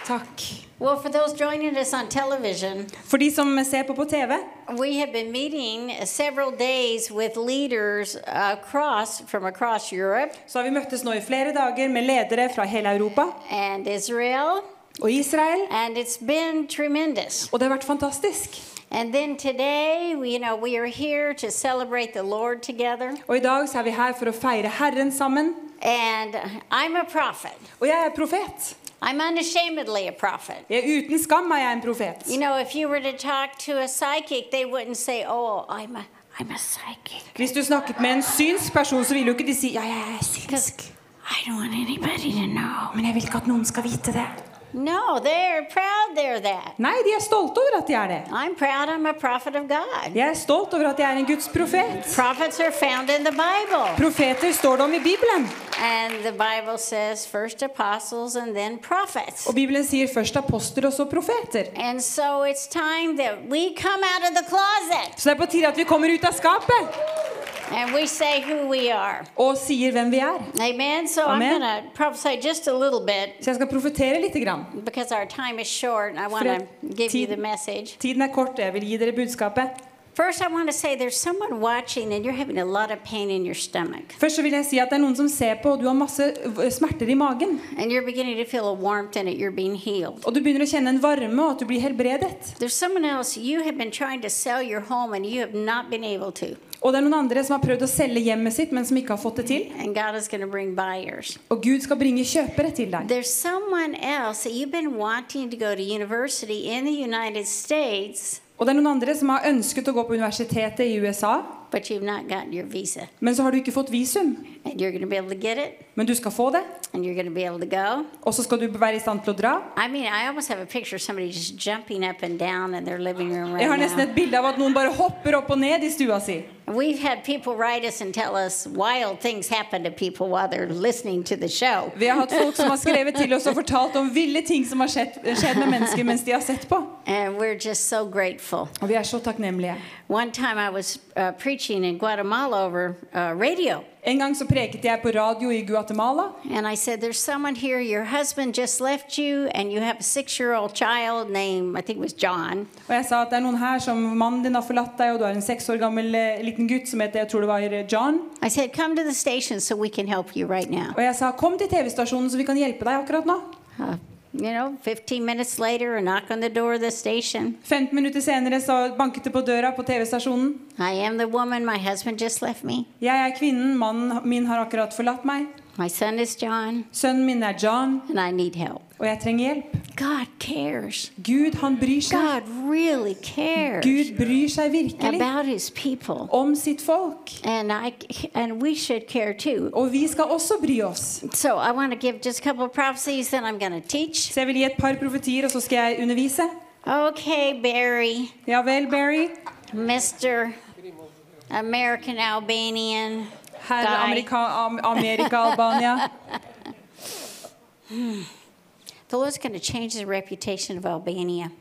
Takk.
Well, for those joining us on television,
For de som ser på på TV,
we have been meeting several days with leaders across from across Europe
så har vi møttes nå i flere dager med ledere fra hele Europa
and Israel,
og Israel.
and it's been tremendous.
Og det har vært fantastisk.
And then today, we- you know, we are here to celebrate the Lord together,
Og i dag så er vi her for å feire Herren sammen.
and I'm a prophet.
Og jeg er profet.
I'm unashamedly a prophet.
Jeg, uten skam er jeg en profet.
You know, if you were to talk to a psychic, they wouldn't say, "Oh, I'm a I'm a psychic,"
Hvis du snakket med en synsk person, så ville jo ikke de si ja, jeg er
because
synsk.
I don't want anybody to know.
Men jeg vil ikke at noen skal vite det.
No, they're proud they're that.
Nei, de er stolte over at de er det.
I'm proud I'm a prophet of God.
Jeg er stolt over at jeg er en Guds profet.
Prophets are found in the Bible,
Profeter står det om i Bibelen.
and the Bible says first apostles and then prophets.
Og Bibelen sier først apostler og så profeter.
And so it's time that we come out of the closet
Så det er på tide at vi kommer ut av skapet.
and we say who we are.
og sier hvem vi er.
Amen. So
Amen.
I'm going to prophesy just a little bit
Så jeg skal profetere litt. Grann.
because our time is short and I want
Fred,
to give you
tid-
the message.
Tiden er kort, og jeg vil gi dere budskapet.
First, I want to say there's someone watching and you're having a lot of pain in your stomach.
Først så vil jeg si at det er noen som ser på, og du har masse eh, smerter i magen.
And you're beginning to feel a warmth in it. You're being healed.
Og du begynner å kjenne en varme, og at du blir helbredet.
There's someone else. You have been trying to sell your home and you have not been able to.
Og det er noen andre som har prøvd å selge hjemmet sitt, men som ikke har fått det til.
And God is going to bring buyers.
Og Gud skal bringe kjøpere til deg.
There's someone else that you've been wanting to go to university in the United States,
Og det er noen andre som har ønsket å gå på universitetet i USA,
but you've not gotten your visa.
men så har du ikke fått visum.
And you're going to be able to get it
Men du skal få det,
and you're going to be able to go.
og så skal du være i stand til å dra.
I mean, I almost have a picture of somebody just jumping up and down in their living room right
Jeg har nesten
now.
et bilde av at noen bare hopper opp og ned i stua si.
We've had people write us and tell us wild things happen to people while they're listening to the show.
Vi har hatt folk som har skrevet til oss og fortalt om ville ting som har skjedd, skjedd med mennesker mens de har sett på.
And we're just so grateful.
Og vi er så takknemlige.
One time I was uh, preaching in Guatemala over uh, radio,
En gang så preket jeg på radio i Guatemala,
and I said, There's someone here, your husband just left you, and you have a six year old child named, I think it was John,
og jeg sa at det er noen her som mannen din har forlatt deg, og du har en seks år gammel eh, liten gutt som heter jeg tror det var eh, John.
I said, Come to the station so we can help you right now.
Og jeg sa kom til TV-stasjonen så vi kan hjelpe deg akkurat nå.
Uh, you know, 15 minutes later, a knock on the door of the station.
15 minutter senere så banket det på døra på TV-stasjonen.
I am the woman my husband just left me.
Jeg er kvinnen, mannen min har akkurat forlatt meg.
My son is John,
Sønnen min er John,
and I need help.
og jeg trenger hjelp.
God cares.
Gud, han bryr seg.
God really cares
Gud bryr seg virkelig
about his people.
om sitt folk.
And I and we should care too.
Og vi skal også bry oss.
So I want to give just a couple of prophecies, then I'm going to teach.
Så jeg vil gi et par profetier, og så skal jeg undervise.
Okay, Barry,
Ja vel, Barry.
Mr. American Albanian.
Herr
Guy.
Amerika, Am Amerika Albania.
The Lord's going to change the reputation of Albania.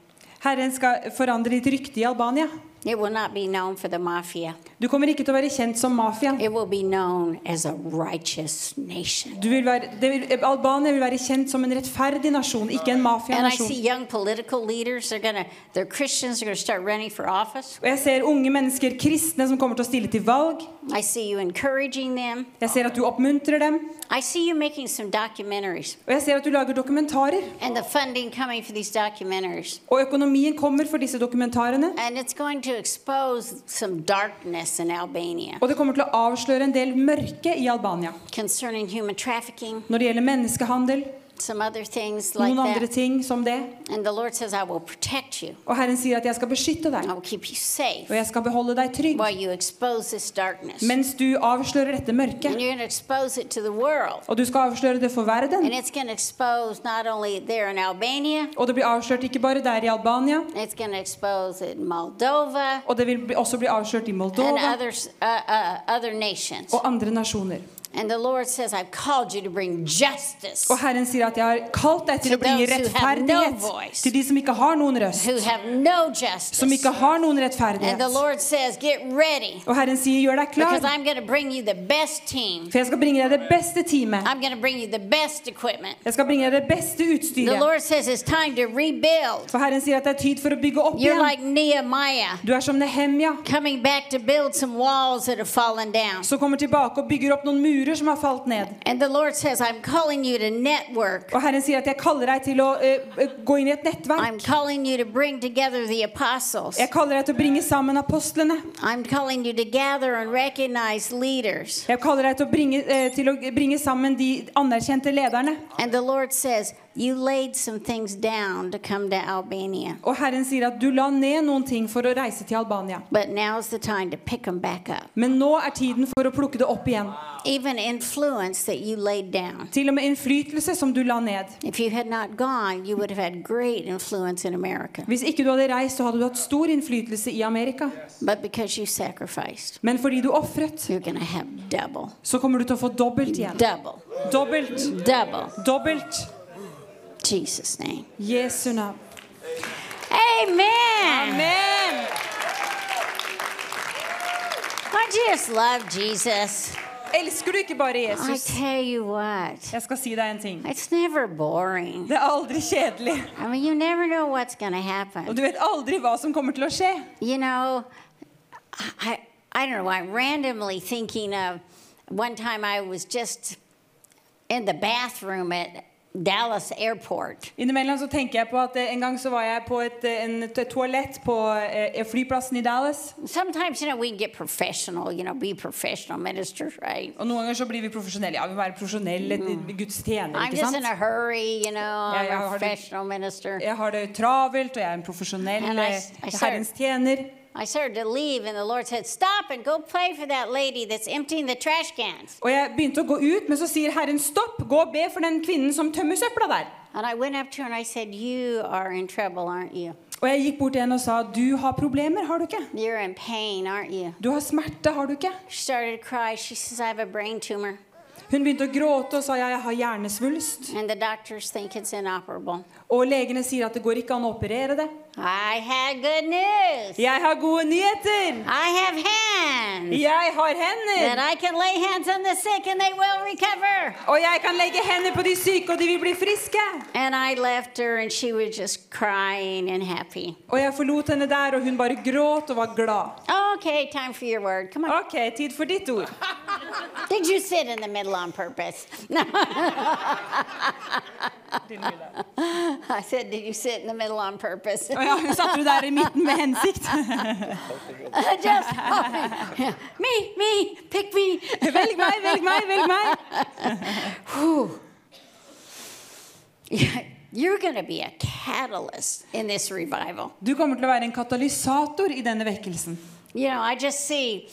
Herren skal forandre ditt rykte i Albania.
It will not be known for the mafia.
Du kommer ikke til å være kjent som mafia.
It will be known as a righteous nation.
Du vil være, det vil, Albania vil være kjent som en rettferdig nasjon, ikke
And
en
I see
mafianasjon.
young political leaders, they're going to, they're Christians, they're going to start running for office.
Og jeg ser unge mennesker, kristne, som kommer til å stille til valg.
I see you encouraging them.
Jeg ser at du oppmuntrer dem.
I see you making some documentaries
Og jeg ser at du lager dokumentarer.
and the funding coming for these documentaries.
Og økonomien kommer for disse dokumentarene.
And it's going to expose some darkness in Albania
Og det kommer til å avsløre en del mørke i Albania
concerning human trafficking,
når det gjelder menneskehandel,
some other things like
noen andre
that.
ting som det.
And the Lord says, I will protect you.
Og Herren sier at jeg skal beskytte deg,
I will keep you safe
og jeg skal beholde deg trygg
while you expose this darkness. And
mens du avslører dette mørket.
you're going to expose it to the world.
Og du skal avsløre det for verden.
And it's going to expose not only there in Albania,
Og det blir avslørt ikke bare der i Albania,
it's going to expose it in Moldova
og det vil bli- også bli avslørt i
and
Moldova Oh.
others, uh, uh, other nations.
og andre nasjoner.
And the Lord says, I've called you to bring justice
Og Herren sier at jeg har kalt deg til å bringe
To those who have no
rettferdighet
voice.
til de som ikke har noen røst.
who have no justice.
Som ikke har noen
And the
rettferdighet.
Lord says, Get ready
Og Herren sier, gjør deg
because
klar,
I'm going to bring you the best team.
for jeg skal bringe deg det beste teamet.
I'm going to bring you the best equipment.
Jeg skal bringe deg det beste
The
utstyret.
Lord says, It's time to rebuild.
For Herren sier at det er tid for å bygge opp
You're
igjen.
like Nehemiah
Du er som Nehemja,
coming back to build some walls that have fallen down.
som kommer tilbake og bygger opp noen murer som har falt ned.
And the Lord says, I'm calling you to network.
Og Herren sier at jeg kaller deg til å eh, gå inn i et
I'm
nettverk.
calling you to bring together the apostles.
Jeg kaller deg til å bringe sammen apostlene.
I'm calling you to gather and recognize leaders.
Jeg kaller deg til å bringe, eh, til å bringe sammen de anerkjente lederne.
And the Lord says, You laid some things down to come to Albania,
Og Herren sier at du la ned noen ting for å reise til Albania.
but now's the time to pick them back up.
Men nå er tiden for å plukke det opp igjen.
Even influence that you laid down.
Til og med innflytelse som du la ned.
If you had not gone, you would have had great influence in America.
Hvis ikke du hadde reist, så hadde du hatt stor innflytelse i Amerika.
But because you sacrificed,
Men fordi du ofret,
you're going to have double,
så kommer du til å få dobbelt igjen.
double,
Dobbelt.
double.
Dobbelt.
Jesus' name.
Jesu navn.
Amen.
Amen.
I just love Jesus.
Elsker du ikke bare
I
Jesus?
tell you what,
Jeg skal si deg en ting.
it's never boring.
Det er aldri kjedelig.
I mean, you never know what's going to
Og
happen.
du vet aldri hva som kommer til å skje.
You know, I, I don't know, I'm randomly thinking of one time I was just in the bathroom at Dallas Airport.
Innimellom så tenker jeg på at eh, en gang så var jeg på et, eh, en, et toalett på eh, flyplassen i Dallas.
Sometimes, you know, we can get professional, you know, be professional ministers, right?
Og noen ganger så blir vi profesjonelle. Ja, vi må være profesjonelle, et- Guds tjenere,
Mm. I'm
ikke
just in a
sant?
hurry, you know,
yeah,
I'm a
how do-
professional minister.
Jeg har det travelt, og jeg er en profesjonell
And I s- I
eh,
serve.
Herrens tjener.
I started to leave, and the Lord said, Stop and go play for that lady that's emptying the trash cans.
Og jeg begynte å gå ut, men så sier Herren stopp, gå og be for den kvinnen som tømmer søpla der.
And I went up to her and I said, You are in trouble, aren't you?
Og jeg gikk bort til henne og sa, du har problemer, har du ikke?
You're in pain, aren't you?
Du har smerte, har du ikke?
She started to cry. She says, I have a brain tumor,
Hun begynte å gråte og sa, ja, jeg har hjernesvulst.
and the doctors think it's inoperable.
Og legene sier at det går ikke an å operere det.
I had good news.
Jeg har gode nyheter!
I have hands
Jeg har
that
hender!
I can lay hands on the sick and they will recover.
Og jeg kan legge hender på de syke, og de vil bli friske!
And I left her, and she was just crying and happy.
Og jeg forlot henne der, og hun bare gråt og var glad.
Okay, time for your word. Come on.
Ok, tid for ditt ord.
Did you sit in the middle on purpose? No. I said, Did you sit in the middle on purpose?
Å ja, hun satte du der i midten med hensikt.
Just hoping. me, me, pick me.
Velg meg, velg meg, velg meg!
You're going to be a catalyst in this revival.
Du kommer til å være en katalysator i denne vekkelsen.
You know, I just see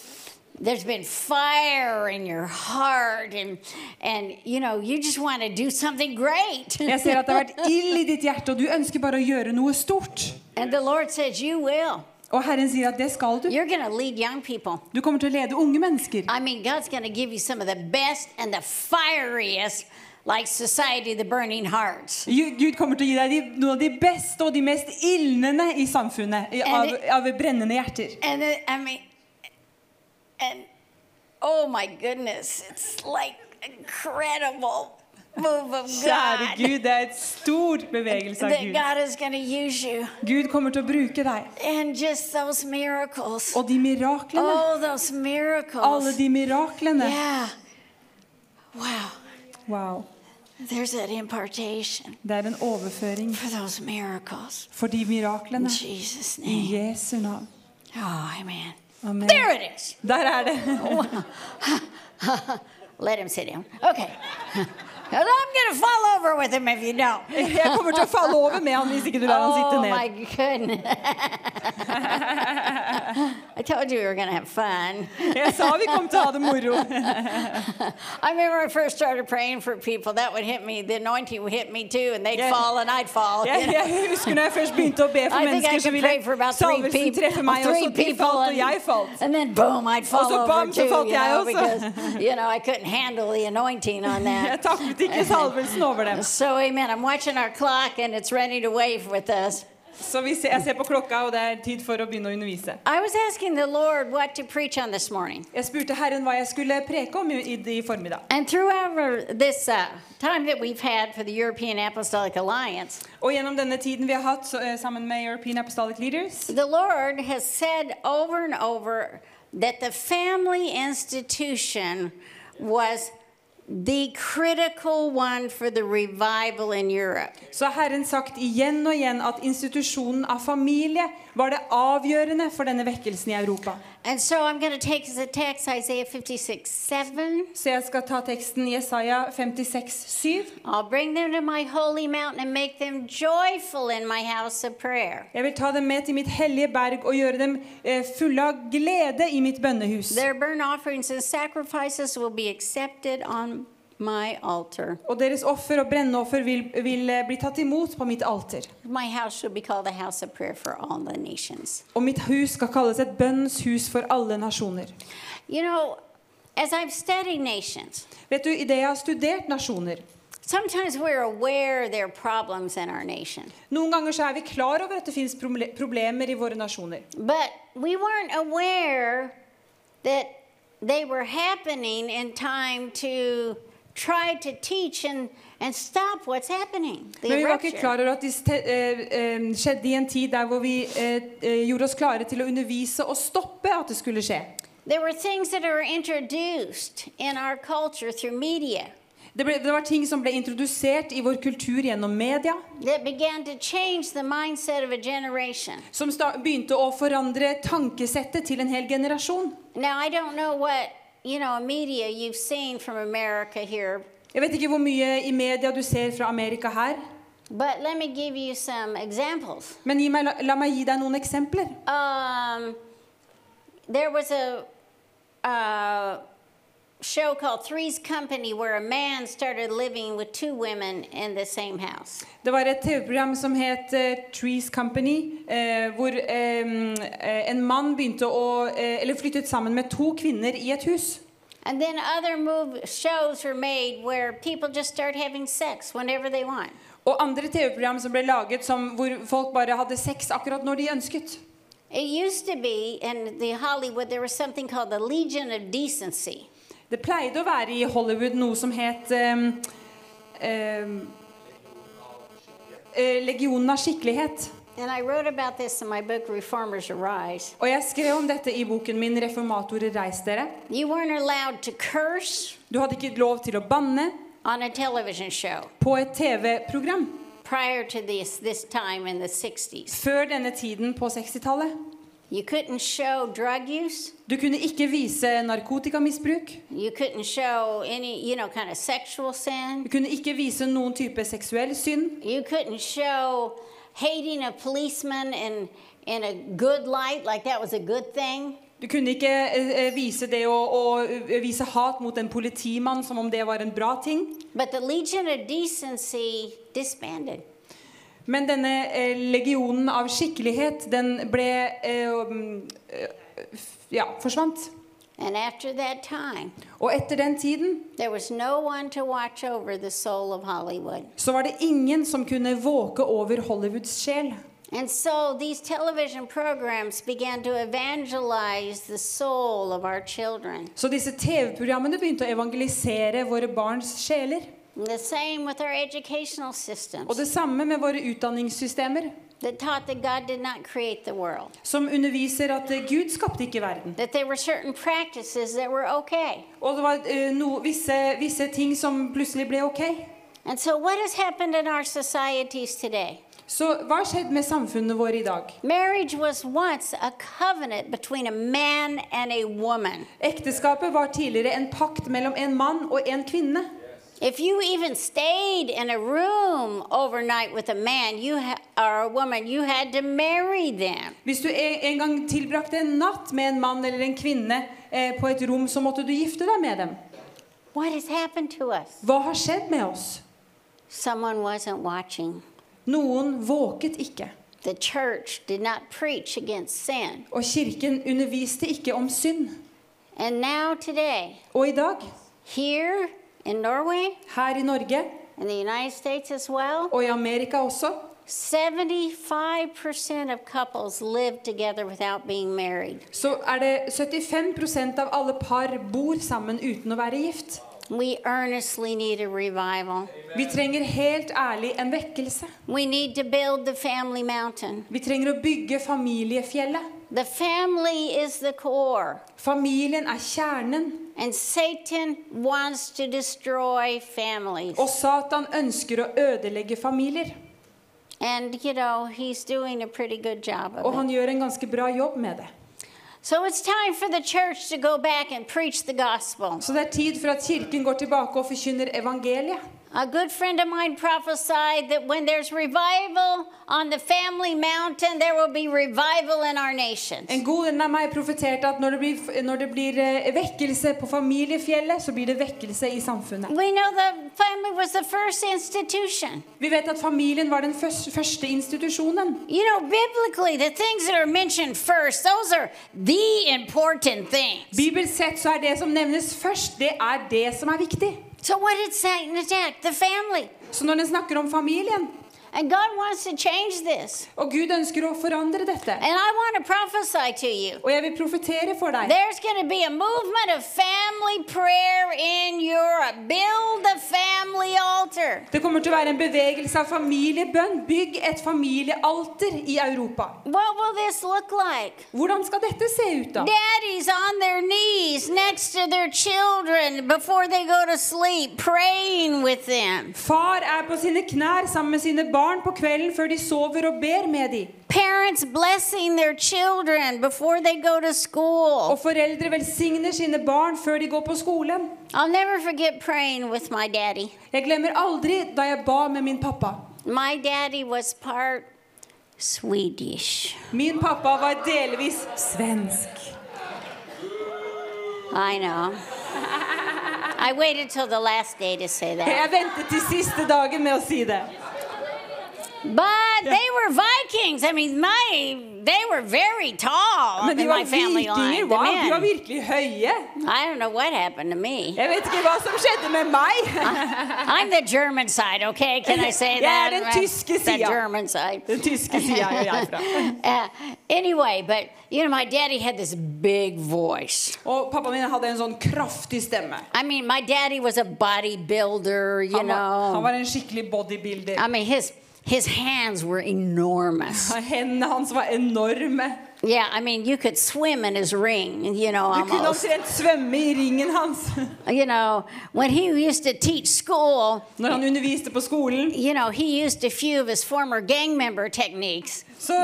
there's been fire in your heart, and, and you know, you just want to do something great.
Jeg ser at det har vært ild i ditt hjerte, og du ønsker bare å gjøre noe stort.
and the Lord says, You will.
Og Herren sier at det skal du.
You're going to lead young people.
Du kommer til å lede unge mennesker.
I mean, God's going to give you some of the best and the fieriest, like Society of the Burning Hearts.
Gud Gud kommer til å gi deg de, noen av de beste og de mest ildnende i samfunnet. i- Av, av brennende hjerter.
And it, I mean, and oh my goodness, it's like incredible move of
Kjære
God.
Gud, det er et stor bevegelse av
That
Gud.
God is going to use you,
Gud kommer til å bruke deg.
and just those miracles.
Og de miraklene.
Oh, those
Alle
miracles!
de miraklene.
Yeah. Wow.
Wow.
There's that impartation
Det er en overføring
for those miracles.
for de
In
miraklene.
Jesus'
I
name.
Jesu navn.
Oh, amen.
Amen.
There Oh it is.
Der er det.
Let him sit down. Okay. 'Cause I'm going to fall over with him if you don't.
Jeg kommer til å falle over med han hvis ikke du lar han sitte
Oh my
ned.
goodness. I told you we were going to have fun.
Jeg sa vi kom til å ha det moro.
I remember when I first started praying for people, that would hit me. The anointing would hit me too, and they'd
Yeah.
fall and I'd fall.
Jeg,
you know.
jeg husker når jeg først begynte å be for
I think I
mennesker, så
could
ville
pray for about three
salvelsen
people.
treffe meg, og
three
så de
people,
falt, og jeg
and,
falt.
and then boom, I'd fall
så
over
bam, så
too,
falt
you
jeg
know,
også.
because you know I couldn't handle the anointing on
Jeg
that.
taklet ikke salvelsen over dem.
So, amen. I'm watching our clock, and it's running away with us.
Så vi ser, jeg ser på klokka, og det er tid for å begynne å undervise.
I was asking the Lord what to preach on this morning.
Jeg spurte Herren hva jeg skulle preke om i, i, i formiddag.
And throughout our- this uh, time that we've had for the European Apostolic Alliance,
Og gjennom denne tiden vi har hatt så, eh, sammen med European Apostolic Leaders,
the Lord has said over and over that the family institution was the critical one for the revival in Europe.
så har Herren sagt igjen og igjen at institusjonen av familie var det avgjørende for denne vekkelsen i Europa.
And so I'm going to take as a text Isaiah 56 7.
Så jeg skal ta teksten Jesaja 56, 7.
I'll bring them to my holy mountain and make them joyful in my house of prayer.
Jeg vil ta dem med til mitt hellige berg og gjøre dem eh, fulle av glede i mitt bønnehus.
Their burnt offerings and sacrifices will be accepted on my altar.
Og deres offer og brennoffer vil, vil eh, bli tatt imot på mitt alter.
My house shall be called the house of prayer for all the nations.
Og mitt hus skal kalles et bønnens hus for alle nasjoner.
You know, as I've studied nations,
Vet du, Idet jeg har studert nasjoner
sometimes we're aware there are problems in our nation,
Noen ganger så er vi klar over at det fins problemer i våre nasjoner.
but we weren't aware that they were happening in time to tried to teach and, and stop what's happening.
Men
The
vi var ikke
eruption.
klar over at disse te eh, eh, skjedde i en tid der hvor vi eh, eh, gjorde oss klare til å undervise og stoppe at det skulle skje.
There were things that were introduced in our culture through media
Det, ble, det var ting som ble introdusert i vår kultur gjennom media,
that began to change the mindset of a generation.
som sta begynte å forandre tankesettet til en hel generasjon.
Now, I don't know what, you know, media you've seen from America here,
Jeg vet ikke hvor mye i media du ser fra Amerika her,
but let me give you some examples.
men gi meg, la, la meg gi deg noen eksempler.
Um, there was a, uh show called Three's Company where a man started living with two women in the same house.
Det var et TV-program som het eh, Trees Company, eh, hvor eh, eh, en mann begynte å eh, Eller flyttet sammen med to kvinner i et hus.
And then other move shows were made where people just start having sex whenever they want.
Og andre TV-program som ble laget som, hvor folk bare hadde sex akkurat når de ønsket.
It used to be in the Hollywood there was something called the Legion of Decency.
Det pleide å være i Hollywood noe som het ehm, ehm, eh, Legionen av skikkelighet.
And I wrote about this in my book Reformers Arise.
Og jeg skrev om dette i boken min 'Reformatorer, reis dere'.
You weren't allowed to curse
Du hadde ikke lov til å banne
on a television show
på et TV-program
prior to this this time in the 60s.
før denne tiden på 60-tallet.
You couldn't show drug use.
Du kunne ikke vise narkotikamisbruk.
You couldn't show any, you know, kind of sexual
Du
sin.
kunne ikke vise noen type seksuell synd.
You couldn't show hating a policeman in in a good light like that was a good thing.
Du kunne ikke eh, eh, vise det å, å eh, vise hat mot en politimann som om det var en bra ting.
But the Legion of Decency disbanded.
Men denne eh, legionen av skikkelighet, den ble eh, um, eh, f- Ja, forsvant.
And after that time,
Og etter den tiden
there was no one to watch over the soul of Hollywood.
så var det ingen som kunne våke over Hollywoods sjel.
And so these television programs began to evangelize the soul of our children.
Så disse TV-programmene begynte å evangelisere våre barns sjeler.
And the same with our educational
Og
systems
det samme med våre utdanningssystemer,
that taught that God did not create the world,
som underviser at eh, Gud skapte ikke verden.
that there were certain practices that were okay.
Og det var eh, no, visse, visse ting som plutselig ble ok.
And so, what has happened in our societies today?
Så hva har skjedd med samfunnet vårt i dag?
Marriage was once a covenant between a man and a woman.
Ekteskapet var tidligere en pakt mellom en mann og en kvinne.
If you even stayed in a room overnight with a man you ha- or a woman, you had to marry them.
Hvis du en en gang tilbrakte en natt med en mann eller en kvinne eh, på et rom, så måtte du gifte deg med dem.
What has happened to us?
Hva har skjedd med oss?
Someone wasn't watching.
Noen våket ikke.
The church did not preach against sin.
Og kirken underviste ikke om synd.
And now, today,
Og i dag,
here in Norway,
her i Norge
in the United States as well,
og i Amerika også,
75% of couples live together without being married.
så er det 75 av alle par bor sammen uten å være gift.
We earnestly need a revival.
Vi trenger helt ærlig en vekkelse.
We need to build the family mountain.
Vi trenger å bygge familiefjellet.
The family is the core,
Familien er kjernen,
and Satan wants to destroy families.
og Satan ønsker å ødelegge familier.
And, you know, he's doing a pretty good job
Og
of it.
han gjør en ganske bra jobb med det.
So it's time for the church to go back and preach the gospel.
Så det er tid for at kirken går tilbake og forkynner evangeliet.
A good friend of mine prophesied that when there's revival on the family mountain, there will be revival in our nations.
En god venn av meg profeterte at når det blir, når det blir eh, vekkelse på familiefjellet, så blir det vekkelse i samfunnet.
We know the family was the first institution.
Vi vet at familien var den først- første institusjonen.
You know, biblically, the things that are mentioned first, those are the important things.
Bibelsk sett så er det som nevnes først, det er det som er viktig.
So, what did Satan attack? The family.
Så når den snakker om familien,
And God wants to change this.
Og Gud ønsker å forandre dette.
And I want to prophesy to you.
Og jeg vil profetere for deg.
There's going to be a movement of family prayer in Europe. Build a family altar.
Det kommer til å være en bevegelse av familiebønn. Bygg et familiealter i Europa.
What will this look like?
Hvordan skal dette se ut, da?
Daddies on their knees next to their children before they go to sleep, praying with them.
Far er på sine knær sammen med sine barn på kvelden før de sover, og ber med dem.
Parents blessing their children before they go to
Og
school.
foreldre velsigner sine barn før de går på skolen.
I'll never forget praying with my daddy.
Jeg glemmer aldri da jeg ba med min pappa.
My daddy was part Swedish.
Min pappa var delvis svensk.
I know. I waited till the last day to say that.
Jeg ventet til siste dagen med å si det.
But they were Vikings. I mean, my they were very tall
Men de
in my
var
family
vikinger.
line. The
Wow, de var
men.
virkelig høye.
I don't know what happened to me.
Jeg vet ikke hva som skjedde med meg.
I'm the German side, okay? Can I say that?
Yeah, den tyske
The
sida.
German side.
Den tyske sida er jeg fra.
Uh, anyway, but you know, my daddy had this big voice.
Og pappaen min hadde en sånn kraftig stemme.
I mean, my daddy was a bodybuilder, you
Han var, han
know.
var en skikkelig bodybuilder.
I mean, his his hands were enormous.
Hendene hans var enorme.
Yeah, I mean, you could swim in his ring, you know,
Du kunne
almost.
omtrent svømme i ringen hans.
You know, when he used to teach school,
Når han underviste på skolen,
you know, he used a few of his former gang member techniques.
så,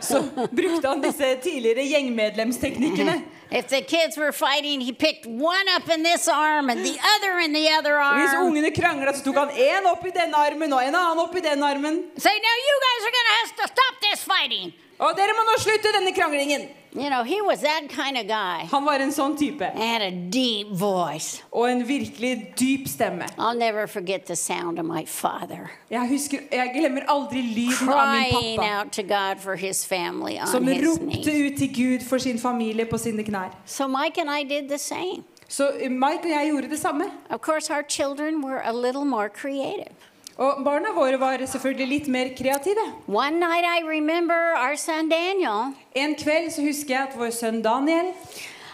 så brukte han disse tidligere gjengmedlemsteknikkene.
If the kids were fighting, he picked one up in this arm and the other in the other
Hvis
arm.
ungene krangla, så tok han én opp i denne armen og en annen opp i den armen.
Say, now you guys are going to have to stop this fighting.
Og dere må nå slutte denne kranglingen.
You know, he was that kind of guy.
Han var en sånn type.
I had a deep voice.
Og en virkelig dyp stemme.
I'll never forget the sound of my father
Jeg, husker, jeg glemmer aldri lyden av min
crying
pappa.
out to God for his family on
Som
his
ropte
knees.
ut til Gud for sin familie på sine knær.
So Mike and I did the same.
Så Mike og jeg gjorde det samme.
Of course, our children were a little more creative.
Og barna våre var selvfølgelig litt mer kreative.
One night I remember our son Daniel,
En kveld så husker jeg at vår sønn Daniel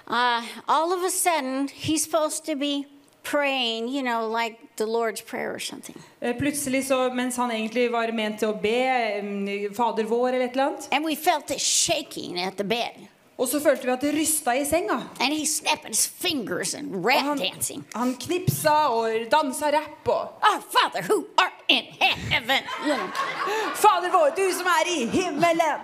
uh, all of a sudden, he's supposed to be praying, you know, like the Lord's Prayer or something.
eh, plutselig, så, mens han egentlig var ment til å be eh, Fader vår eller et eller annet,
And we felt this shaking at the bed.
og så følte vi at det rysta i senga.
And he's snapping his fingers and
Og
rap
han,
dancing.
han knipsa og dansa rapp og
Our Father who art in heaven. You know,
Fader vår, du som er i himmelen!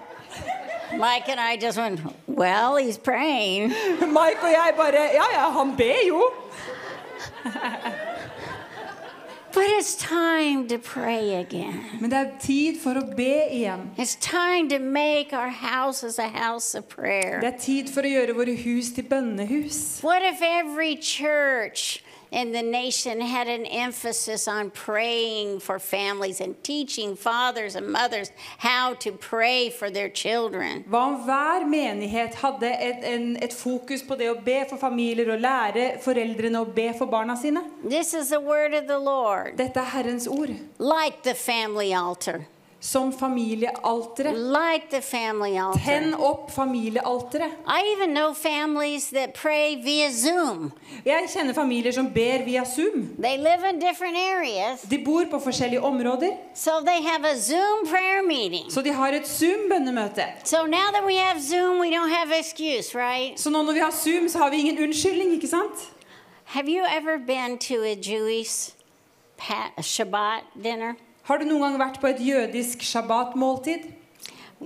Mike and I just went, well, he's praying.
Mike og jeg bare Ja ja, han ber jo.
But it's time to pray again.
Men det er tid for å be igjen.
It's time to make our houses a house of
Det
prayer.
er tid for å gjøre våre hus til bønnehus.
What if every church in the nation had an emphasis on praying for families and teaching fathers and mothers how to pray for their children?
Hva om hver menighet hadde et, en, et fokus på det å be for familier og lære foreldrene å be for barna sine?
This is the word of the Lord.
Dette er Herrens ord.
Like the family altar.
Som familiealteret.
Like the family altar.
Tenn opp familiealteret.
I even know families that pray via Zoom.
Jeg kjenner familier som ber via Zoom.
They live in different areas,
De bor på forskjellige områder,
so they have a Zoom prayer meeting.
så de har et Zoom-bønnemøte.
So now that we have Zoom, we don't have excuse, right?
Så nå når vi har Zoom, så har vi ingen unnskyldning, ikke sant?
Have you ever been to a Jewish pa- Shabbat dinner?
Har du noen gang vært på et jødisk shabbat-måltid?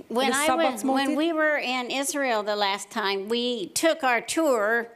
When
The
I was,
Sabbath multi-
when we were in Israel the last time, we took our tour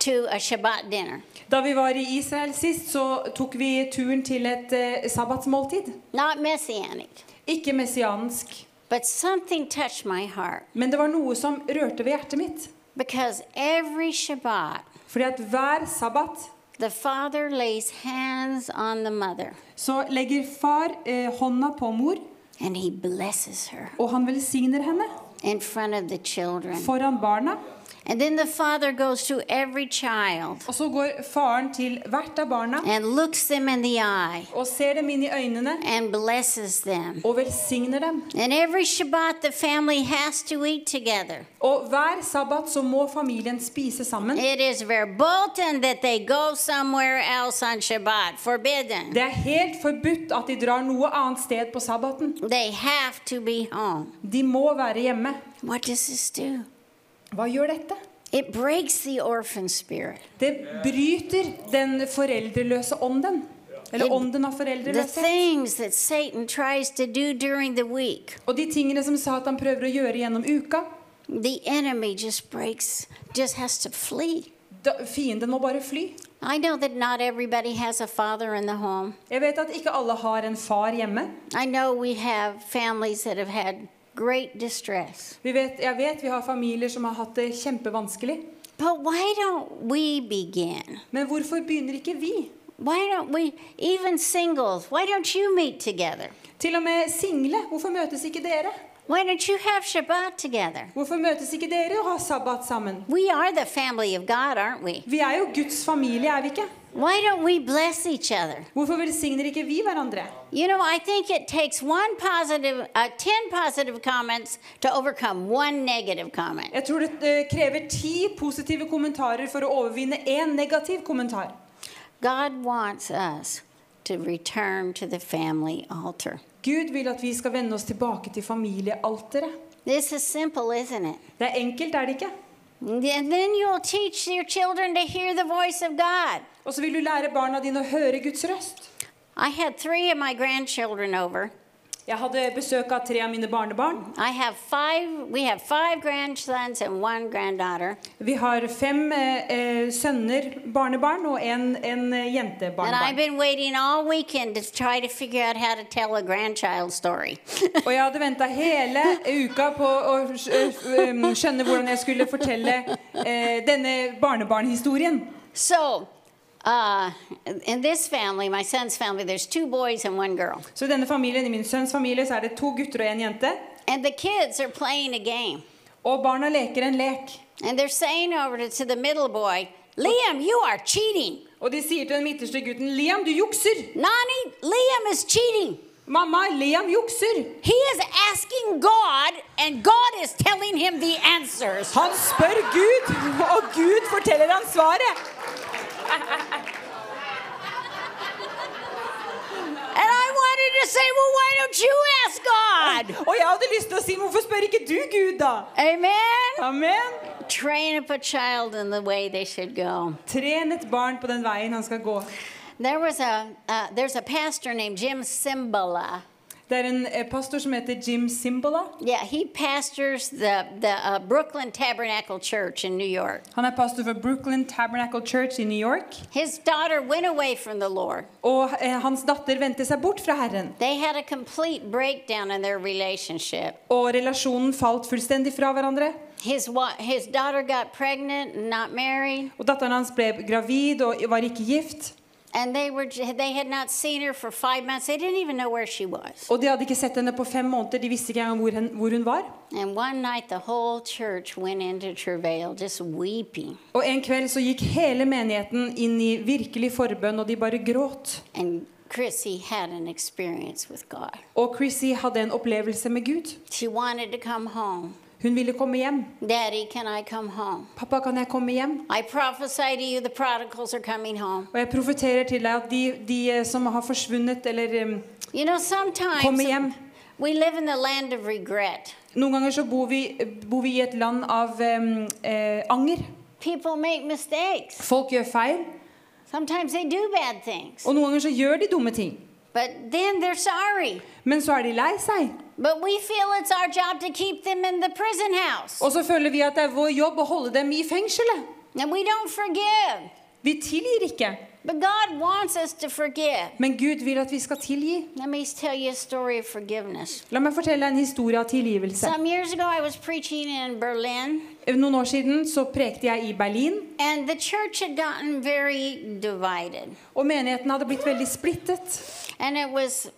to a Shabbat dinner.
Da vi var i Israel sist, så tok vi turen til et eh, sabbatsmåltid.
Not messianic,
Ikke messiansk,
but something touched my heart
men det var noe som rørte ved hjertet mitt.
because every Shabbat,
Fordi at hver sabbat
the father lays hands on the mother
så legger far eh, hånda på mor,
and he blesses her
og han velsigner henne
in front of the children.
foran barna.
And then the father goes to every child
Og så går faren til hvert av barna
and looks them in the eye
og ser dem inn i øynene
and blesses them.
og velsigner dem.
And every Shabbat, the family has to eat together.
Og hver sabbat så må familien spise sammen.
It is verboten that they go somewhere else on Shabbat, forbidden.
Det er helt forbudt at de drar noe annet sted på sabbaten.
They have to be home.
De må være hjemme.
What does this do?
Hva gjør dette?
It breaks the orphan spirit.
Det bryter den foreldreløse ånden. Eller
Det-
ånden av
The
foreldreløshet.
things that Satan tries to do during the week,
Og de tingene som Satan prøver å gjøre gjennom uka.
the enemy just breaks, just has to flee.
Da, fienden må bare fly.
I know that not everybody has a father in the home.
Jeg vet at ikke alle har en far hjemme.
I know we have families that have had great distress.
Vi vet, jeg vet vi har familier som har hatt det kjempevanskelig.
But why don't we begin?
Men hvorfor begynner ikke vi?
Why don't we, even singles, why don't you meet together?
Til og med single. Hvorfor møtes ikke dere?
Why don't you have Shabbat together?
Hvorfor møtes ikke dere og har sabbat sammen?
We are the family of God, aren't we?
Vi er jo Guds familie, er vi ikke?
Why don't we bless each other?
Hvorfor velsigner ikke vi hverandre?
You know, I think it takes one positive, uh, 10 positive comments to overcome one negative comment.
Jeg tror det eh, krever ti positive kommentarer for å overvinne én negativ kommentar.
God wants us to return to the family altar.
Gud vil at vi skal vende oss tilbake til familiealteret.
This is simple, isn't it?
Det er enkelt, er det ikke?
And then you'll teach your children to hear the voice of God.
Og så vil du lære barna dine å høre Guds røst.
I had three of my grandchildren over.
Jeg hadde besøk av tre av mine barnebarn.
I have five, we have five grandsons and one granddaughter.
Vi har fem eh, eh, sønner barnebarn og en, en eh,
And
jente
I've
barnebarn.
been waiting all weekend to try to figure out how to tell a grandchild story.
Og jeg hadde venta hele uka på å sk- eh, um, skjønne hvordan jeg skulle fortelle eh, denne barnebarnhistorien.
So, uh, in this family, my son's family, there's two boys and one girl.
Så i denne familien, i min sønns familie så er det to gutter og en jente.
And the kids are playing a game.
Og barna leker en lek.
And they're saying over to, to the middle boy, Liam, you are cheating.
Og de sier til den midterste gutten Liam, du jukser!
Nani, Liam is cheating.
Mamma, Liam jukser!
He is asking God, and God is telling him the answers.
Han spør Gud, og Gud forteller han svaret.
And I wanted to say, well, why don't you ask God?
Og jeg hadde lyst til å si, hvorfor spør ikke du Gud, da?
Amen.
Amen.
Train up a child in the way they should go.
Tren et barn på den veien han skal gå.
There was a uh, there's a pastor named Jim Cimbala.
Det er en eh, pastor som heter Jim Simbola.
Yeah, he pastors the the uh, Brooklyn Tabernacle Church in New York.
Han er pastor for Brooklyn Tabernacle Church i New York.
His daughter went away from the Lord.
Og eh, hans datter vendte seg bort fra Herren.
They had a complete breakdown in their relationship.
Og relasjonen falt fullstendig fra hverandre.
His wa- his daughter got pregnant and not married,
Og datteren hans ble gravid og var ikke gift.
and they were j- they had not seen her for five months. They didn't even know where she was.
Og de hadde ikke sett henne på fem måneder. De visste ikke engang hvor, hen, hvor hun var.
And one night, the whole church went into travail, just weeping.
Og en kveld så gikk hele menigheten inn i virkelig forbønn, og de bare gråt.
And Chrissy had an experience with God.
Og Chrissy hadde en opplevelse med Gud.
She wanted to come home.
Hun ville komme hjem.
Daddy, can I come home?
'Pappa, kan jeg komme hjem?'
I prophesy to you the prodigals are coming home.
Og jeg profeterer til deg at de, de eh, som har forsvunnet, eller eh,
You know,
Kom
sometimes
hjem.
we live in the land of regret.
Noen ganger så bor vi, bor vi i et land av eh, eh, anger.
People make mistakes.
Folk gjør feil,
Sometimes they do bad things,
og noen ganger så gjør de dumme ting.
but then they're sorry.
Men så er de lei seg.
But we feel it's our job to keep them in the prison house.
Og så føler vi at det er vår jobb å holde dem i fengselet.
And we don't forgive.
Vi tilgir ikke,
But God wants us to forgive.
men Gud vil at vi skal tilgi.
Let me tell you a story of forgiveness.
La meg fortelle en historie av tilgivelse.
Some years ago, I was preaching in Berlin,
Noen år siden så prekte jeg i Berlin,
and the church had gotten very divided.
og menigheten hadde blitt veldig splittet.
And it was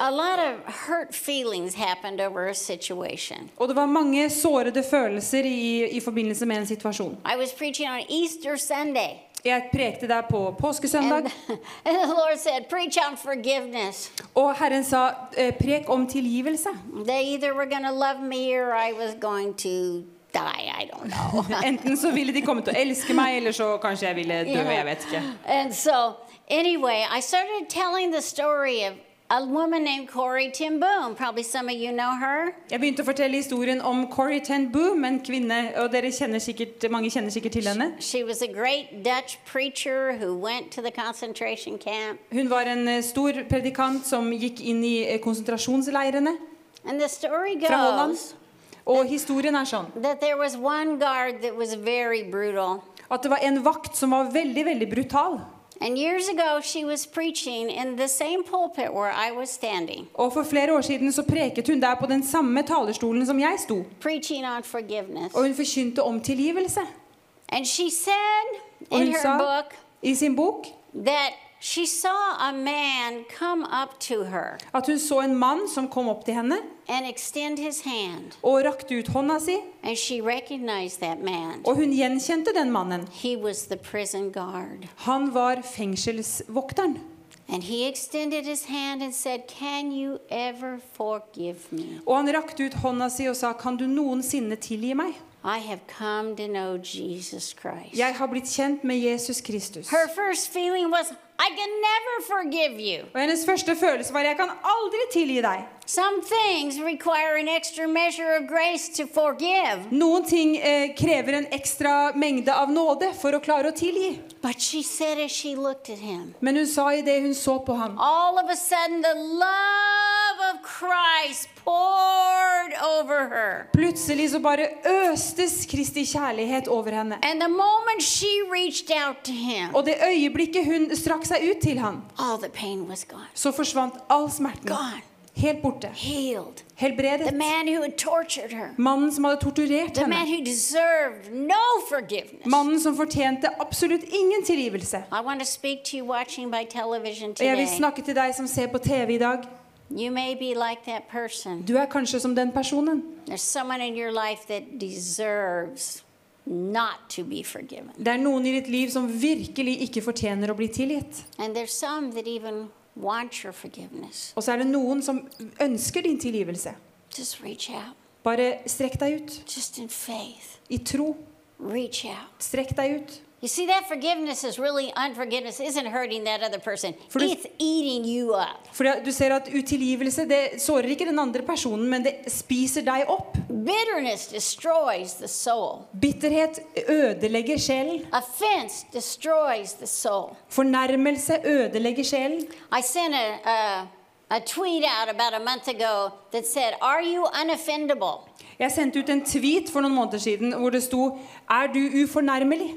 a lot of hurt feelings happened over a situation.
Og det var mange sårede følelser i, i forbindelse med en situasjon.
I was preaching on Easter Sunday,
Jeg prekte der på påskesøndag,
and, and the Lord said, Preach on forgiveness.
og Herren sa eh, prek om tilgivelse.
They either were going to love me or I was going to die. I don't know.
Enten så ville de komme til å elske meg, eller så kanskje jeg ville dø. Jeg vet ikke.
and so, anyway, I started telling the story of a woman named Corey Tim Boom. Probably some of you know her.
Jeg begynte å fortelle historien om Corrie ten Boom, en kvinne, og dere kjenner sikkert, mange kjenner sikkert til henne.
She was a great Dutch preacher who went to the concentration camp.
Hun var en eh, stor predikant som gikk inn i eh, konsentrasjonsleirene
And the story
fra Holland.
goes
Og historien er sånn
that there was one guard that was very brutal.
at det var en vakt som var veldig, veldig brutal.
And years ago, she was preaching in the same pulpit where I was standing,
Og for flere år siden så preket hun der på den samme talerstolen som jeg sto.
preaching on forgiveness.
Og hun forkynte om tilgivelse.
And she said
Og
in
hun
her
sa
book
i sin bok
that she saw a man come up to her
at hun så en mann som kom opp til henne
and extend his hand.
og rakte ut hånda si,
And she recognized that man.
og hun gjenkjente den mannen.
He was the prison guard.
Han var fengselsvokteren.
And he extended his hand and said, Can you ever forgive me?
Og han rakte ut hånda si og sa, 'Kan du noensinne tilgi meg?'
I have come to know Jesus Christ.
Jeg har blitt kjent med Jesus Kristus.
Her first feeling was, I can never forgive you.
Og hennes første følelse var, 'Jeg kan aldri tilgi deg'.
Some things require an extra measure of grace to forgive.
Noen ting eh, krever en ekstra mengde av nåde for å klare å tilgi.
But she said as she looked at him,
Men hun sa idet hun så på ham,
all of a sudden the love of Christ poured over her.
plutselig så bare østes Kristi kjærlighet over henne.
And the moment she reached out to him,
Og det øyeblikket hun strakk seg ut til ham,
all the pain was gone.
så forsvant all smerten.
Gone.
Helt borte.
Healed. The
Helbredet.
man who had tortured her.
Mannen som hadde torturert
The man
henne.
who deserved no forgiveness.
Mannen som fortjente absolutt ingen tilgivelse.
I want to speak to you watching by television
Og jeg vil
today.
snakke til deg som ser på TV i dag.
You may be like that person.
Du er kanskje som den personen.
There's someone in your life that deserves not to be forgiven.
Det er noen i ditt liv som virkelig ikke fortjener å bli tilgitt.
And there's some that even want your forgiveness.
Og så er det noen som ønsker din tilgivelse.
Just reach out.
Bare strekk deg ut.
Just in faith.
I tro.
Reach out.
Strekk deg ut.
You see, that forgiveness is really unforgiveness, isn't hurting that other person.
For det-
it's eating you up.
For det- du ser at utilgivelse det sårer ikke den andre personen, men det spiser deg opp.
Bitterness destroys the soul,
Bitterhet ødelegger sjelen.
offense destroys the soul.
Fornærmelse ødelegger sjelen.
I sent a, a, a tweet out about a month ago that said, Are you unoffendable?
Jeg sendte ut en tweet for noen måneder siden hvor det sto 'Er du ufornærmelig?'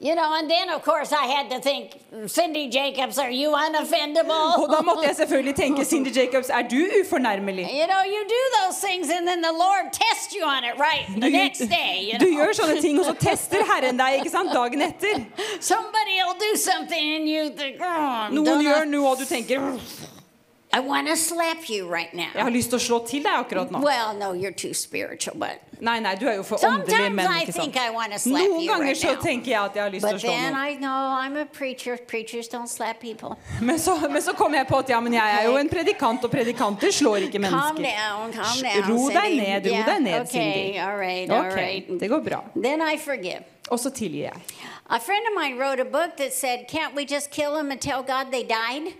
You know, and then of course I had to think, Cindy Jacobs, are you unoffendable?
Og da måtte jeg selvfølgelig tenke 'Cindy Jacobs, er du ufornærmelig?'
you know, you do those things and then the Lord tests you on it right the next day. You
du
know?
gjør sånne ting, og så tester Herren deg ikke sant, dagen etter.
Somebody will do something and you think, oh,
Noen gjør noe, og du tenker «Uff,
I want to slap you right now.
'Jeg har lyst til å slå til deg akkurat nå'.
Well, no, you're too spiritual, but
Nei, nei, du er jo for åndelig,
sometimes
men
I
ikke sant.
think I want to slap
Noen
you
ganger
right
så
now.
tenker jeg at jeg har lyst til å
But
slå
then
noen.
I know I'm a preacher. Preachers don't slap people.
Men så, men så kom jeg på at ja, men jeg er jo en predikant, og predikanter slår ikke
Calm
mennesker.
down, calm
Sh-
down.
ro deg
Cindy.
ned, ro
Yeah,
deg ned,
okay,
Cindy.
all right, all right.
Ok, det går bra.
Then I forgive.
Og så tilgir jeg.
A friend of mine wrote a book that said, Can't we just kill them and tell God they died?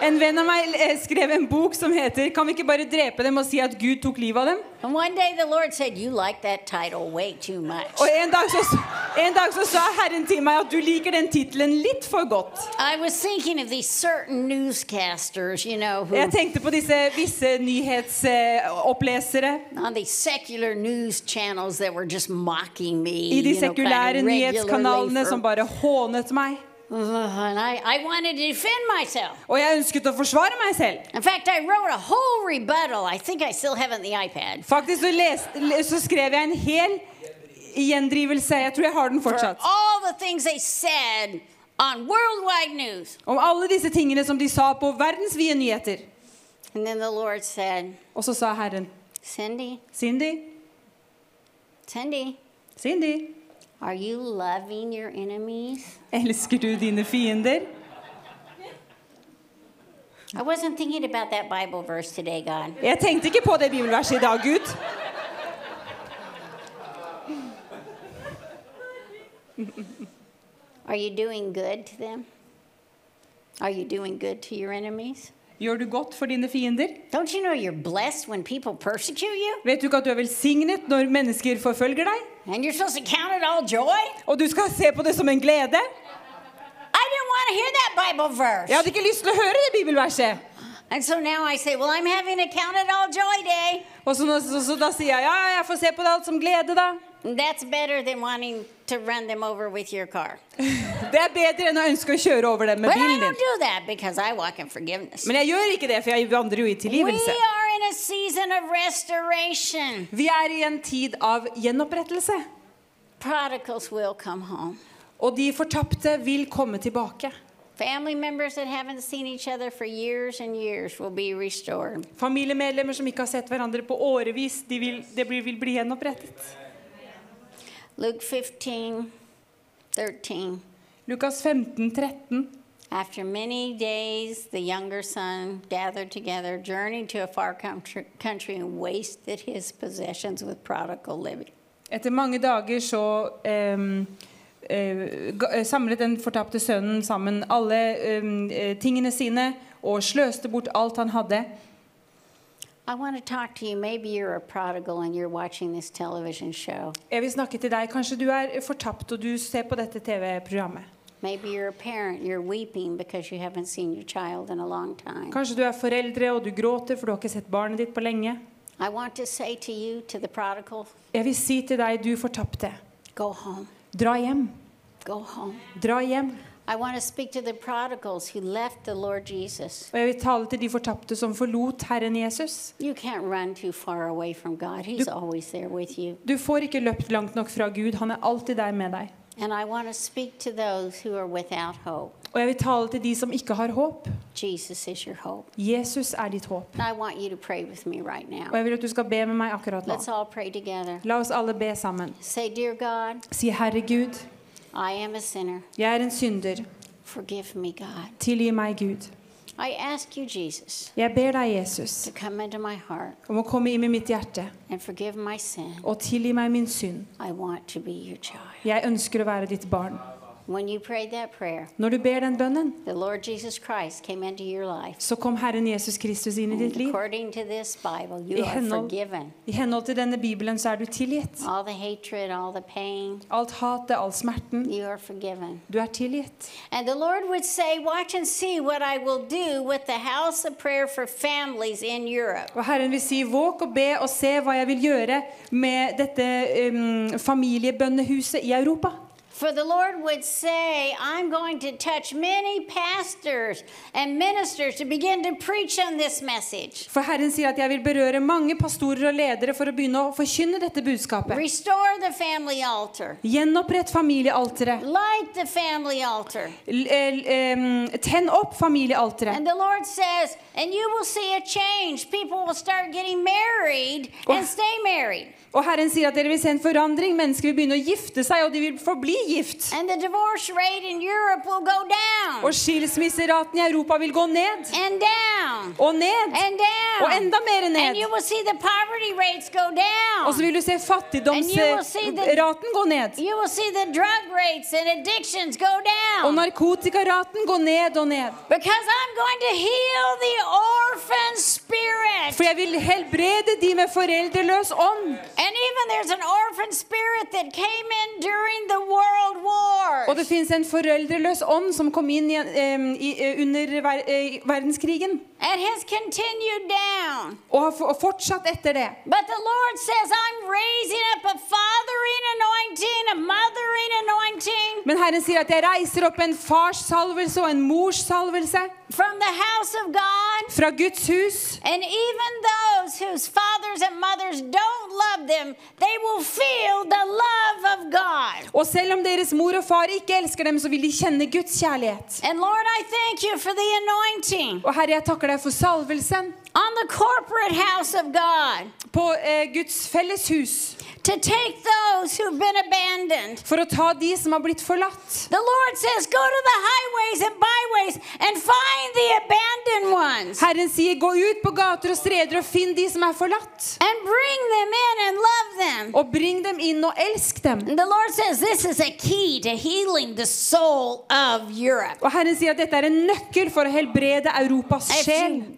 En venn av meg eh, skrev en bok som heter 'Kan vi ikke bare drepe dem og si at Gud tok livet av dem?'
And one day the Lord said, You like that title way too much.
Og en dag så, en dag så sa Herren til meg at du liker den tittelen litt for godt.
I was thinking of these certain newscasters, you know, who
Jeg tenkte på disse visse nyhetsopplesere
on these secular news channels that were just mocking me.
i de
you know, kind of
sekulære
regularly
nyhetskanalene
for-
som bare hånet meg.
Ugh, and I, I wanted to defend myself.
Og jeg ønsket å forsvare meg selv.
In fact, I wrote a whole rebuttal. I think I still have it on the iPad.
Faktisk så, les, le- så skrev jeg en hel gjendrivelse. Jeg tror jeg har den
For
fortsatt.
all the things they said on worldwide news.
Om alle disse tingene som de sa på verdensvide nyheter.
And then the Lord said,
Og så sa Herren,
Cindy,
Cindy,
Cindy,
Cindy,
are you loving your enemies?
elsker du dine fiender?
I wasn't thinking about that Bible verse today, God.
Jeg tenkte ikke på det bibelverset i dag, Gud.
Are you doing good to them? Are you doing good to your enemies?
Gjør du godt for dine fiender?
Don't you know you're blessed when people persecute you?
Vet du ikke at du er velsignet når mennesker forfølger deg?
And you're supposed to count it all joy? I
Og du skal se på det som en glede?
didn't want to hear that Bible verse.
Jeg hadde ikke lyst til å høre det bibelverset.
And so now I say, Well, I'm having a count it all joy day.
Og så, nå- så, så da sier jeg ja, ja, jeg får se på det alt som glede, da.
And That's better than wanting to run them over with your car.
Det er bedre enn å ønske å kjøre over dem med
But I
bilen
don't
din.
do that because I walk in forgiveness.
Men jeg gjør ikke det, for jeg vandrer jo i
We
tilgivelse.
are in a season of restoration.
Vi er i en tid av gjenopprettelse.
Prodigals will come home.
Og de fortapte vil komme tilbake.
Family members that haven't seen each other for years and years will be restored.
Familiemedlemmer som ikke har sett hverandre på årevis, de vil, det blir, vil bli gjenopprettet.
Luke 15, 13.
Lukas 15, 13.
After many days, the younger son gathered together, journeyed to a far country, country and wasted his possessions with prodigal living.
Etter mange dager så ehm, eh, ga- eh, samlet den fortapte sønnen sammen alle ehm, eh, tingene sine og sløste bort alt han hadde.
I want to talk to you. Maybe you're a prodigal and you're watching this television show.
Jeg vil snakke til deg. Kanskje du er fortapt og du ser på dette TV-programmet.
Maybe you're a parent, you're weeping because you haven't seen your child in a long time.
Kanskje du er foreldre og du gråter for du har ikke sett barnet ditt på lenge.
I want to say to you, to the prodigal,
Jeg vil si til deg, du fortapte,
go home.
dra hjem.
Go home.
Dra hjem.
I want to speak to the prodigals who left the Lord Jesus.
Og jeg vil tale til de fortapte som forlot Herren Jesus.
You can't run too far away from God. He's always there with you.
Du får ikke løpt langt nok fra Gud. Han er alltid der med deg.
And I want to speak to those who are without hope.
Og jeg vil tale til de som ikke har håp.
Jesus is your hope.
Jesus er ditt håp.
And I want you to pray with me right
Og
now.
jeg vil at du skal be med meg akkurat nå.
Let's all pray together.
La oss alle be sammen.
Say, Dear God,
Si, Herre Gud,
I am a sinner.
jeg er en synder.
Forgive me, God.
Tilgi meg, Gud.
I ask you, Jesus,
Jeg ber deg, Jesus,
to come into my heart
om å komme inn i mitt hjerte
and forgive my sin.
og tilgi meg min synd.
I want to be your child.
Jeg ønsker å være ditt barn.
When you prayed that prayer,
Når du ber den bønnen,
the Lord Jesus Christ came into your life.
så kom Herren Jesus Kristus inn i ditt
And
liv.
according to this Bible,
I
you are
henhold-
forgiven.
I henhold til denne Bibelen så er du tilgitt.
All the hatred, all the pain,
Alt hatet, all smerten.
you are forgiven.
Du er tilgitt.
And the Lord would say, Watch and see what I will do with the house of prayer for families in Europe.
Og Herren vil si, våk og be og se hva jeg vil gjøre med dette um, familiebønnehuset i Europa.
For the Lord would say, I'm going to touch many pastors and ministers to begin to preach on this message.
For Herren sier at jeg vil berøre mange pastorer og ledere for å begynne å forkynne dette budskapet.
Restore the family altar.
Gjenopprett familiealteret.
Light the family altar.
L- eh, em, Tenn opp familiealteret.
And the Lord says, and you will see a change. People will start getting married and stay married.
Og Herren sier at dere vil se en forandring. Mennesker vil begynne å gifte seg, og de vil forbli gift.
And the divorce rate in Europe will go down
Og skilsmisseraten i Europa vil gå ned.
and down
Og ned.
and down.
Og enda mer
And
ned.
you will see the poverty rates go down.
Og så vil du se fattigdomsraten gå ned.
You will see the drug rates and addictions go
Og
down.
narkotikaraten gå ned og ned.
Because I'm going to heal the orphan spirit.
For jeg vil helbrede de med foreldreløs ånd.
And even there's an orphan spirit that came in during the world wars.
Og det fins en foreldreløs ånd som kom inn i, em, i, eh, under ver, eh, verdenskrigen.
and has continued down.
Og har f- og fortsatt etter det.
But the Lord says, I'm raising up a fathering anointing, a mothering anointing
Men Herren sier at jeg reiser opp en farssalvelse og en morssalvelse
from the house of God.
fra Guds hus.
And even those whose fathers and mothers don't love them, they will feel the love of God.
Og selv om deres mor og far ikke elsker dem, så vil de kjenne Guds kjærlighet.
And Lord, I thank you for the anointing
Og Herre, jeg takker deg for salvelsen
on the corporate house of God
på eh, Guds felles hus
to take those who've been abandoned.
for å ta de som har blitt forlatt.
The Lord says, Go to the highways and byways and find the abandoned ones
Herren sier, gå ut på gater og streder og finn de som er forlatt.
and bring them in and love them.
Og bring dem inn og elsk dem.
And the Lord says, This is a key to healing the soul of Europe.
Og Herren sier at dette er en nøkkel for å helbrede Europas
As
sjel.
you,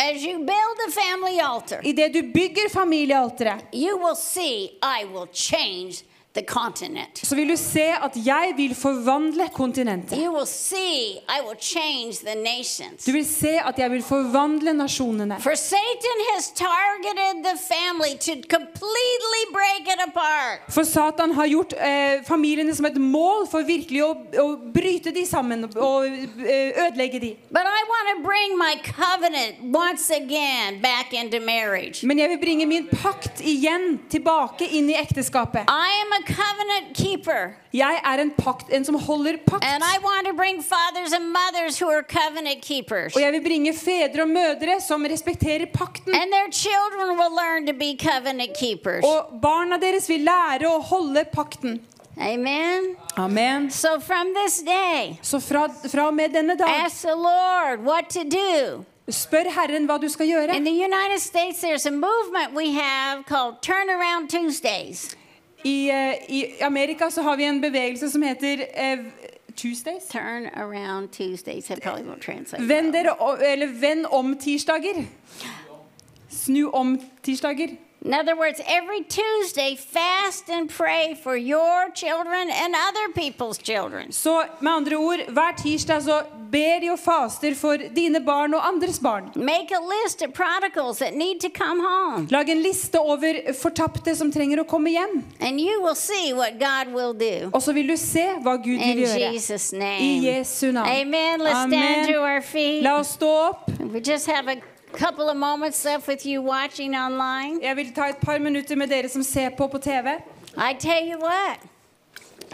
as you build a family altar,
Idet du bygger familiealteret,
you will see I will change the continent.
så vil du se at jeg vil forvandle kontinentet.
You will see I will change the nations.
Du vil se at jeg vil forvandle nasjonene.
For Satan has targeted the family to completely break it apart.
For Satan har gjort eh, familiene som et mål for virkelig å, å bryte de sammen og eh, ødelegge de.
But I want to bring my covenant once again back into marriage.
Men jeg vil bringe min pakt igjen tilbake inn i ekteskapet.
I am a covenant keeper,
Jeg er en pakt, en som holder
and
pakt.
I want to bring fathers and mothers who are covenant keepers.
Og jeg vil bringe fedre og mødre som respekterer pakten.
And their children will learn to be covenant keepers.
Og barna deres vil lære å holde pakten.
Amen.
Amen.
So from this day,
Så fra, fra og med denne dag,
ask the Lord what to do.
spør Herren hva du skal gjøre.
In the United States, there's a movement we have called Turnaround Tuesdays.
I, eh, I Amerika så har vi en bevegelse som heter eh, Tuesdays.
Turn around Tuesdays. That probably won't translate.
Vend,
well.
dere, o- eller vend om tirsdager. Snu om tirsdager.
In other words, every Tuesday, fast and pray for your children and other people's children.
Så med andre ord, hver tirsdag så ber de og faster for dine barn og andres barn.
Make a list of prodigals that need to come home,
Lag en liste over fortapte som trenger å komme hjem.
and you will see what God will do.
Og så vil du se hva Gud
In
vil gjøre.
Jesus'
I
name.
Jesu navn.
Amen. Let's stand to our feet.
La oss stå opp.
We just have a couple of moments left with you watching online.
Jeg vil ta et par minutter med dere som ser på på TV.
I tell you what.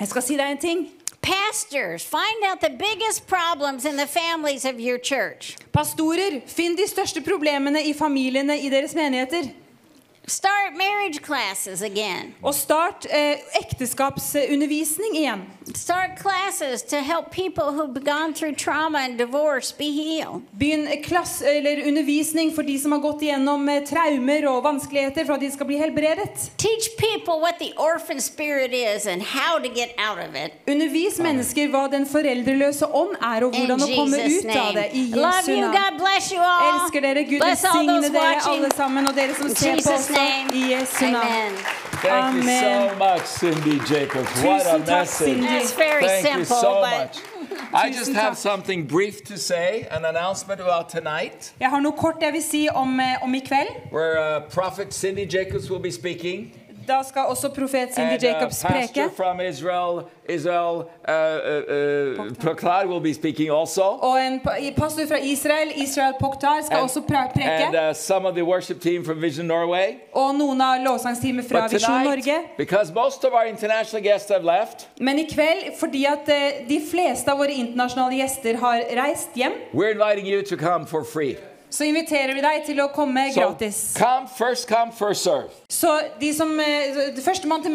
Jeg skal si deg en ting.
Pastors, find out the biggest problems in the families of your church.
Pastorer, finn de største problemene i familiene i deres menigheter.
Start marriage classes again.
Og start eh, ekteskapsundervisning igjen.
Start classes to help people who've gone through trauma and divorce be healed.
Begynn klass, eller undervisning for de som har gått igjennom eh, traumer og vanskeligheter, for at de skal bli helbredet.
Teach people what the orphan spirit is and how to get out of it.
Undervis mennesker hva den foreldreløse ånd er, og
In
hvordan å komme
Jesus'
ut av det. I
name. Love
Jesu
you.
navn.
God bless you all.
Elsker dere. Gud
Bless all
velsigne
those
dere
watching.
alle sammen, og dere som
In
ser på
Jesus'
også.
name.
I Jesu navn.
Amen.
Thank you so
Amen.
much, Cindy Jacobs. What a
Tusen takk,
message.
Cindy.
It's very
Thank
simple,
you so
but
much. I just
Tusen
have
takk.
something brief to say, an announcement about tonight,
Jeg har noe kort jeg vil si om, eh, om i kveld.
where uh, Prophet Cindy Jacobs will be speaking,
Da skal også profet Cindy
and uh,
Jacobs
Pastor
preke.
from Israel, Israel uh, uh, uh, Proklar will be speaking also,
Og en pa- pastor fra Israel, Israel Pokhtar, skal også pra-
and
preke.
uh, some of the worship team from Vision Norway.
Og noen av lovsangsteamet fra
But
Visjon Norge.
tonight, because most of our international guests have left,
Men i kveld, fordi at eh, de fleste av våre internasjonale gjester har reist hjem,
we're inviting you to come for free.
så inviterer vi deg til å komme
So
gratis.
come first come, first serve.
Så de som eh, Førstemann til